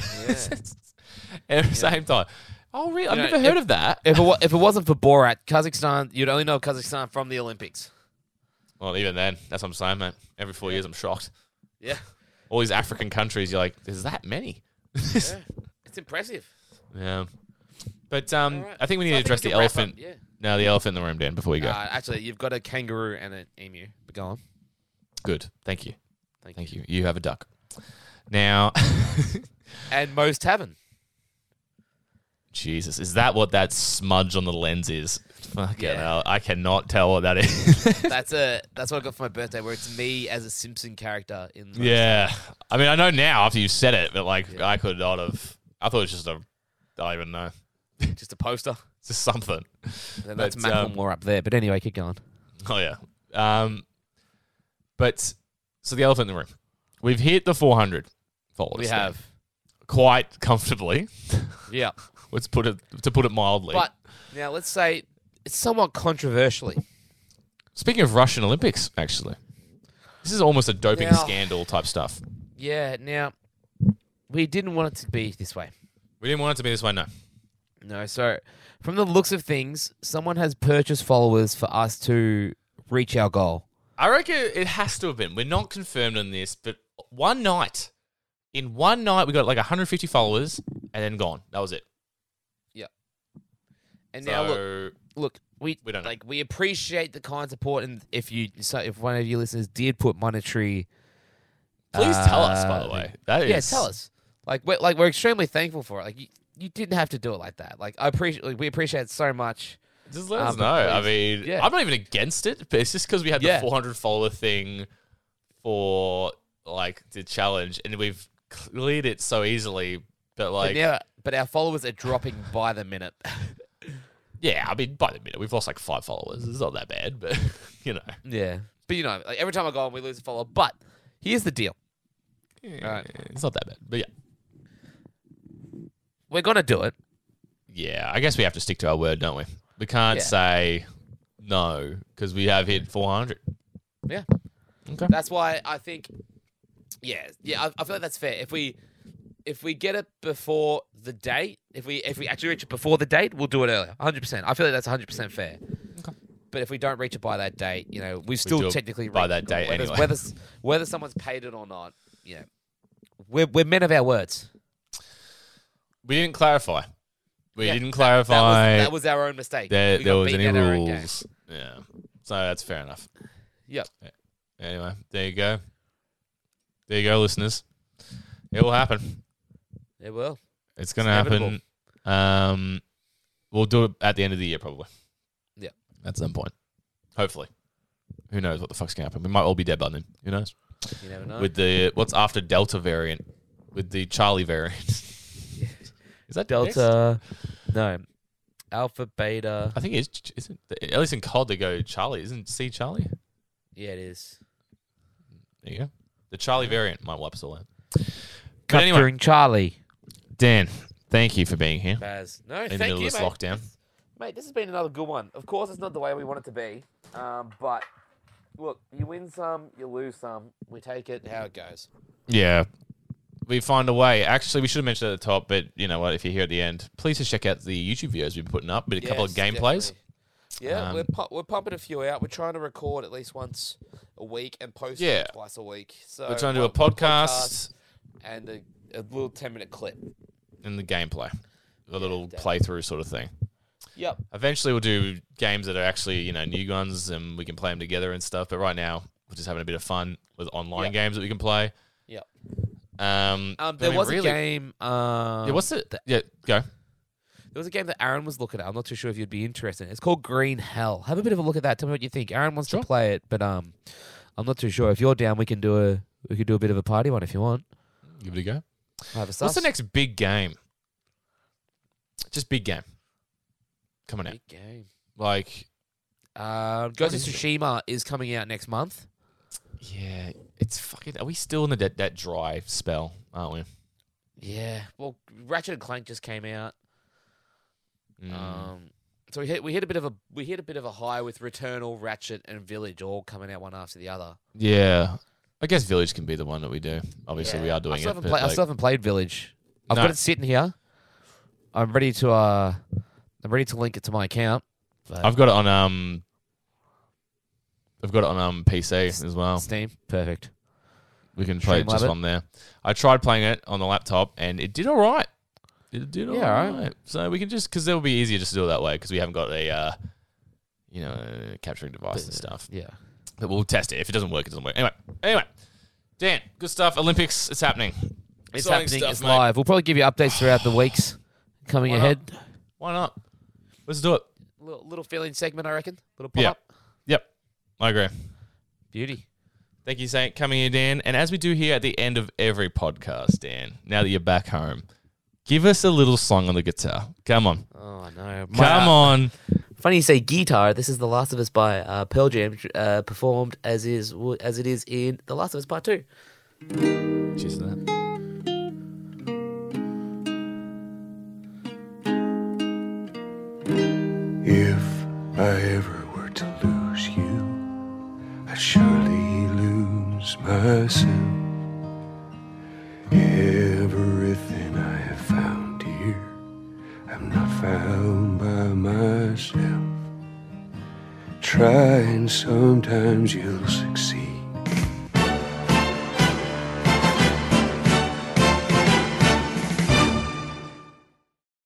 Speaker 2: every same time. Oh, really? I've
Speaker 1: know,
Speaker 2: never heard of that.
Speaker 1: [laughs] If it, wa- if it wasn't for Borat, Kazakhstan, you'd only know Kazakhstan from the Olympics.
Speaker 2: well, even then, that's what I'm saying, mate. Every four years I'm shocked.
Speaker 1: Yeah,
Speaker 2: All these African countries, you're like, there's that many. [laughs] yeah.
Speaker 1: it's impressive.
Speaker 2: But um,
Speaker 1: All right.
Speaker 2: I think we need
Speaker 1: So
Speaker 2: to address
Speaker 1: can
Speaker 2: the
Speaker 1: wrap up,
Speaker 2: elephant.
Speaker 1: Yeah.
Speaker 2: No, the elephant in the room, Dan, before we go.
Speaker 1: Uh, actually, you've got a kangaroo and an emu. But go on.
Speaker 2: Good. Thank you.
Speaker 1: Thank,
Speaker 2: Thank you. You have a duck. Now, [laughs]
Speaker 1: And Moe's Tavern.
Speaker 2: Jesus, is that what that smudge on the lens is? Fucking hell. I cannot tell what that is. [laughs]
Speaker 1: That's a that's what I got for my birthday, where it's me as a Simpson character in. Moe's
Speaker 2: yeah. I mean, I know now after you said it, but like, I could not have. I thought it was just a. I don't even know.
Speaker 1: Tavern. just a poster.
Speaker 2: It's just something.
Speaker 1: And that's
Speaker 2: But, um,
Speaker 1: Macklemore up there. But anyway, keep going.
Speaker 2: Oh, yeah. Um, but so the elephant in the room. We've hit the 400 followers.
Speaker 1: We
Speaker 2: Dan.
Speaker 1: have.
Speaker 2: Quite comfortably.
Speaker 1: Yeah.
Speaker 2: Let's put it to put it mildly.
Speaker 1: But now let's say it's somewhat controversially.
Speaker 2: Speaking of Russian Olympics, actually, this is almost a doping
Speaker 1: Now-
Speaker 2: scandal type stuff.
Speaker 1: Yeah. Now we didn't want it to be this way.
Speaker 2: We didn't want it to be this way, no.
Speaker 1: No. So from the looks of things, someone has purchased followers for us to reach our goal.
Speaker 2: I reckon it has to have been. We're not confirmed on this, but one night, in one night, we got like 150 followers and then gone. That was it.
Speaker 1: And
Speaker 2: So
Speaker 1: now look, look, we,
Speaker 2: We don't know.
Speaker 1: like we appreciate the kind support, and if you so if one of your listeners did put monetary,
Speaker 2: please tell us, by the
Speaker 1: Uh,
Speaker 2: way. That is,
Speaker 1: yeah, tell us. Like we're like we're extremely thankful for it. Like you, you didn't have to do it like that. Like I appreciate like, we appreciate it so much.
Speaker 2: Just let
Speaker 1: Uh,
Speaker 2: us
Speaker 1: but
Speaker 2: know. I
Speaker 1: please-
Speaker 2: mean,
Speaker 1: yeah.
Speaker 2: I'm not even against it, but it's just because we had
Speaker 1: Yeah.
Speaker 2: the 400 follower thing for like the challenge, and we've cleared it so easily. But
Speaker 1: But
Speaker 2: like,
Speaker 1: now, but our followers are dropping by the minute.
Speaker 2: Yeah, I mean, by the minute, we've lost like five followers. It's not that bad, but [laughs] you know.
Speaker 1: yeah, [laughs] but you know, like every time I go on, we lose a follower. But here's the deal: Alright.
Speaker 2: It's not that bad. But yeah.
Speaker 1: we're gonna do it.
Speaker 2: Yeah, I guess we have to stick to our word, don't we? We can't
Speaker 1: Yeah.
Speaker 2: say no because we have hit 400.
Speaker 1: Yeah.
Speaker 2: Okay.
Speaker 1: That's why I think, yeah, yeah, I, I feel like that's fair. If we if we get it before the date, if we if we actually reach it before the date, we'll do it earlier. 100. percent I feel like that's 100 percent fair. But if we don't reach it by that date, you know, we still
Speaker 2: do it
Speaker 1: technically
Speaker 2: by
Speaker 1: reached the
Speaker 2: that
Speaker 1: goal.
Speaker 2: date
Speaker 1: whether,
Speaker 2: anyway.
Speaker 1: Whether s- whether someone's paid it or not, you know, we're we're men of our words.
Speaker 2: We didn't clarify. We
Speaker 1: Yeah,
Speaker 2: didn't
Speaker 1: That was,
Speaker 2: clarify
Speaker 1: that was our own mistake.
Speaker 2: that
Speaker 1: We got
Speaker 2: there was
Speaker 1: beaten
Speaker 2: any
Speaker 1: at our own game.
Speaker 2: rules. Yeah. So that's fair enough.
Speaker 1: Yep.
Speaker 2: Anyway, there you go. There you go, listeners. It will happen.
Speaker 1: It will.
Speaker 2: It's gonna
Speaker 1: inevitable.
Speaker 2: happen. Um, we'll do it at the end of the year, probably.
Speaker 1: Yeah.
Speaker 2: at some point, hopefully. Who knows what the fuck's gonna happen? We might all be dead by then. Who knows?
Speaker 1: You never know.
Speaker 2: With the what's after Delta variant, with the Charlie variant. [laughs] Is that next?
Speaker 1: [laughs] Delta, no, Alpha, Beta.
Speaker 2: I think it's isn't at least in COD they go Charlie. Isn't C Charlie?
Speaker 1: Yeah, it is.
Speaker 2: There you go. The Charlie variant might wipe us all out. But
Speaker 1: Capturing
Speaker 2: anyway,
Speaker 1: Charlie.
Speaker 2: Dan, thank you for being here
Speaker 1: Baz. No,
Speaker 2: in the
Speaker 1: thank
Speaker 2: middle
Speaker 1: you,
Speaker 2: of this
Speaker 1: mate.
Speaker 2: lockdown.
Speaker 1: Mate, this has been another good one. Of course, it's not the way we want it to be, um, but look, you win some, you lose some. We take it how it goes.
Speaker 2: Yeah. We find a way. Actually, we should have mentioned it at the top, but you know what? If you're here at the end, please just check out the YouTube videos we've been putting up, but a couple of
Speaker 1: Yes,
Speaker 2: gameplays.
Speaker 1: definitely. Yeah,
Speaker 2: Um,
Speaker 1: we're, pu- we're pumping a few out. We're trying to record at least once a week and post
Speaker 2: Yeah.
Speaker 1: twice a week. So
Speaker 2: We're trying to do a
Speaker 1: one- one
Speaker 2: podcast
Speaker 1: and a, a little ten minute clip.
Speaker 2: and the gameplay, a little
Speaker 1: definitely.
Speaker 2: playthrough sort of thing.
Speaker 1: Yep.
Speaker 2: Eventually, we'll do games that are actually you know new guns, and we can play them together and stuff. But right now, we're just having a bit of fun with online games that we can play.
Speaker 1: Yep.
Speaker 2: Um,
Speaker 1: Um,
Speaker 2: but I
Speaker 1: there
Speaker 2: mean,
Speaker 1: was
Speaker 2: really-
Speaker 1: a game. Um,
Speaker 2: Yeah, what's it? Yeah, go.
Speaker 1: There was a game that Aaron was looking at. I'm not too sure if you'd be interested. in. It's called Green Hell. Have a bit of a look at that. Tell me what you think. Aaron wants
Speaker 2: Sure.
Speaker 1: to play it, but um, I'm not too sure. If you're down, we can do a we could do a bit of a party one if you want.
Speaker 2: Give it a go.
Speaker 1: Have a
Speaker 2: What's the
Speaker 1: sus.
Speaker 2: next big game? Just big game. Coming out
Speaker 1: big game?
Speaker 2: like
Speaker 1: Um, Ghost of
Speaker 2: is it?
Speaker 1: Tsushima is coming out next month.
Speaker 2: Yeah, it's fucking. Are we still in the that, that dry spell? Aren't we?
Speaker 1: Yeah. Well, Ratchet and Clank just came out.
Speaker 2: Mm.
Speaker 1: Um, so we hit we hit a bit of a we hit a bit of a high with Returnal, Ratchet, and Village all coming out one after the other.
Speaker 2: yeah, I guess Village can be the one that we do. Obviously, we are doing
Speaker 1: I still,
Speaker 2: it.
Speaker 1: haven't
Speaker 2: but,
Speaker 1: play- I
Speaker 2: like,
Speaker 1: still haven't played Village. I've
Speaker 2: No.
Speaker 1: got it sitting here. I'm ready to uh, I'm ready to link it to my account. But
Speaker 2: I've got it on um, I've got it on um PC as well.
Speaker 1: Steam, perfect.
Speaker 2: We can play it just
Speaker 1: Streamlab it.
Speaker 2: on there. I tried playing it on the laptop and it did all right. It did all right.
Speaker 1: Yeah, all right.
Speaker 2: So we can just because it'll be easier just to do it that way because we haven't got a uh, you know capturing device and stuff.
Speaker 1: Yeah.
Speaker 2: But we'll test it. If it doesn't work, it doesn't work. Anyway, anyway, Dan, good stuff. Olympics, it's happening.
Speaker 1: It's
Speaker 2: Exciting
Speaker 1: happening.
Speaker 2: stuff,
Speaker 1: it's
Speaker 2: mate.
Speaker 1: live. We'll probably give you updates throughout the weeks coming
Speaker 2: Why not?
Speaker 1: ahead.
Speaker 2: Why not? Let's do it.
Speaker 1: Little, little feeling segment, I reckon. Little pop
Speaker 2: Yeah.
Speaker 1: up.
Speaker 2: Yep, I agree.
Speaker 1: Beauty.
Speaker 2: Thank you, Saint, coming here, Dan. And as we do here at the end of every podcast, Dan, now that you're back home, give us a little song on the guitar. Come on.
Speaker 1: Oh no.
Speaker 2: Come on.
Speaker 1: Funny you say guitar. This is The Last of Us by uh, Pearl Jam, uh, performed as is as it is in The Last of Us Part Two.
Speaker 2: Cheers to that.
Speaker 5: If I ever were to lose you, I'd surely lose myself. Everything I have found here, I'm not found by myself. Try and sometimes you'll succeed.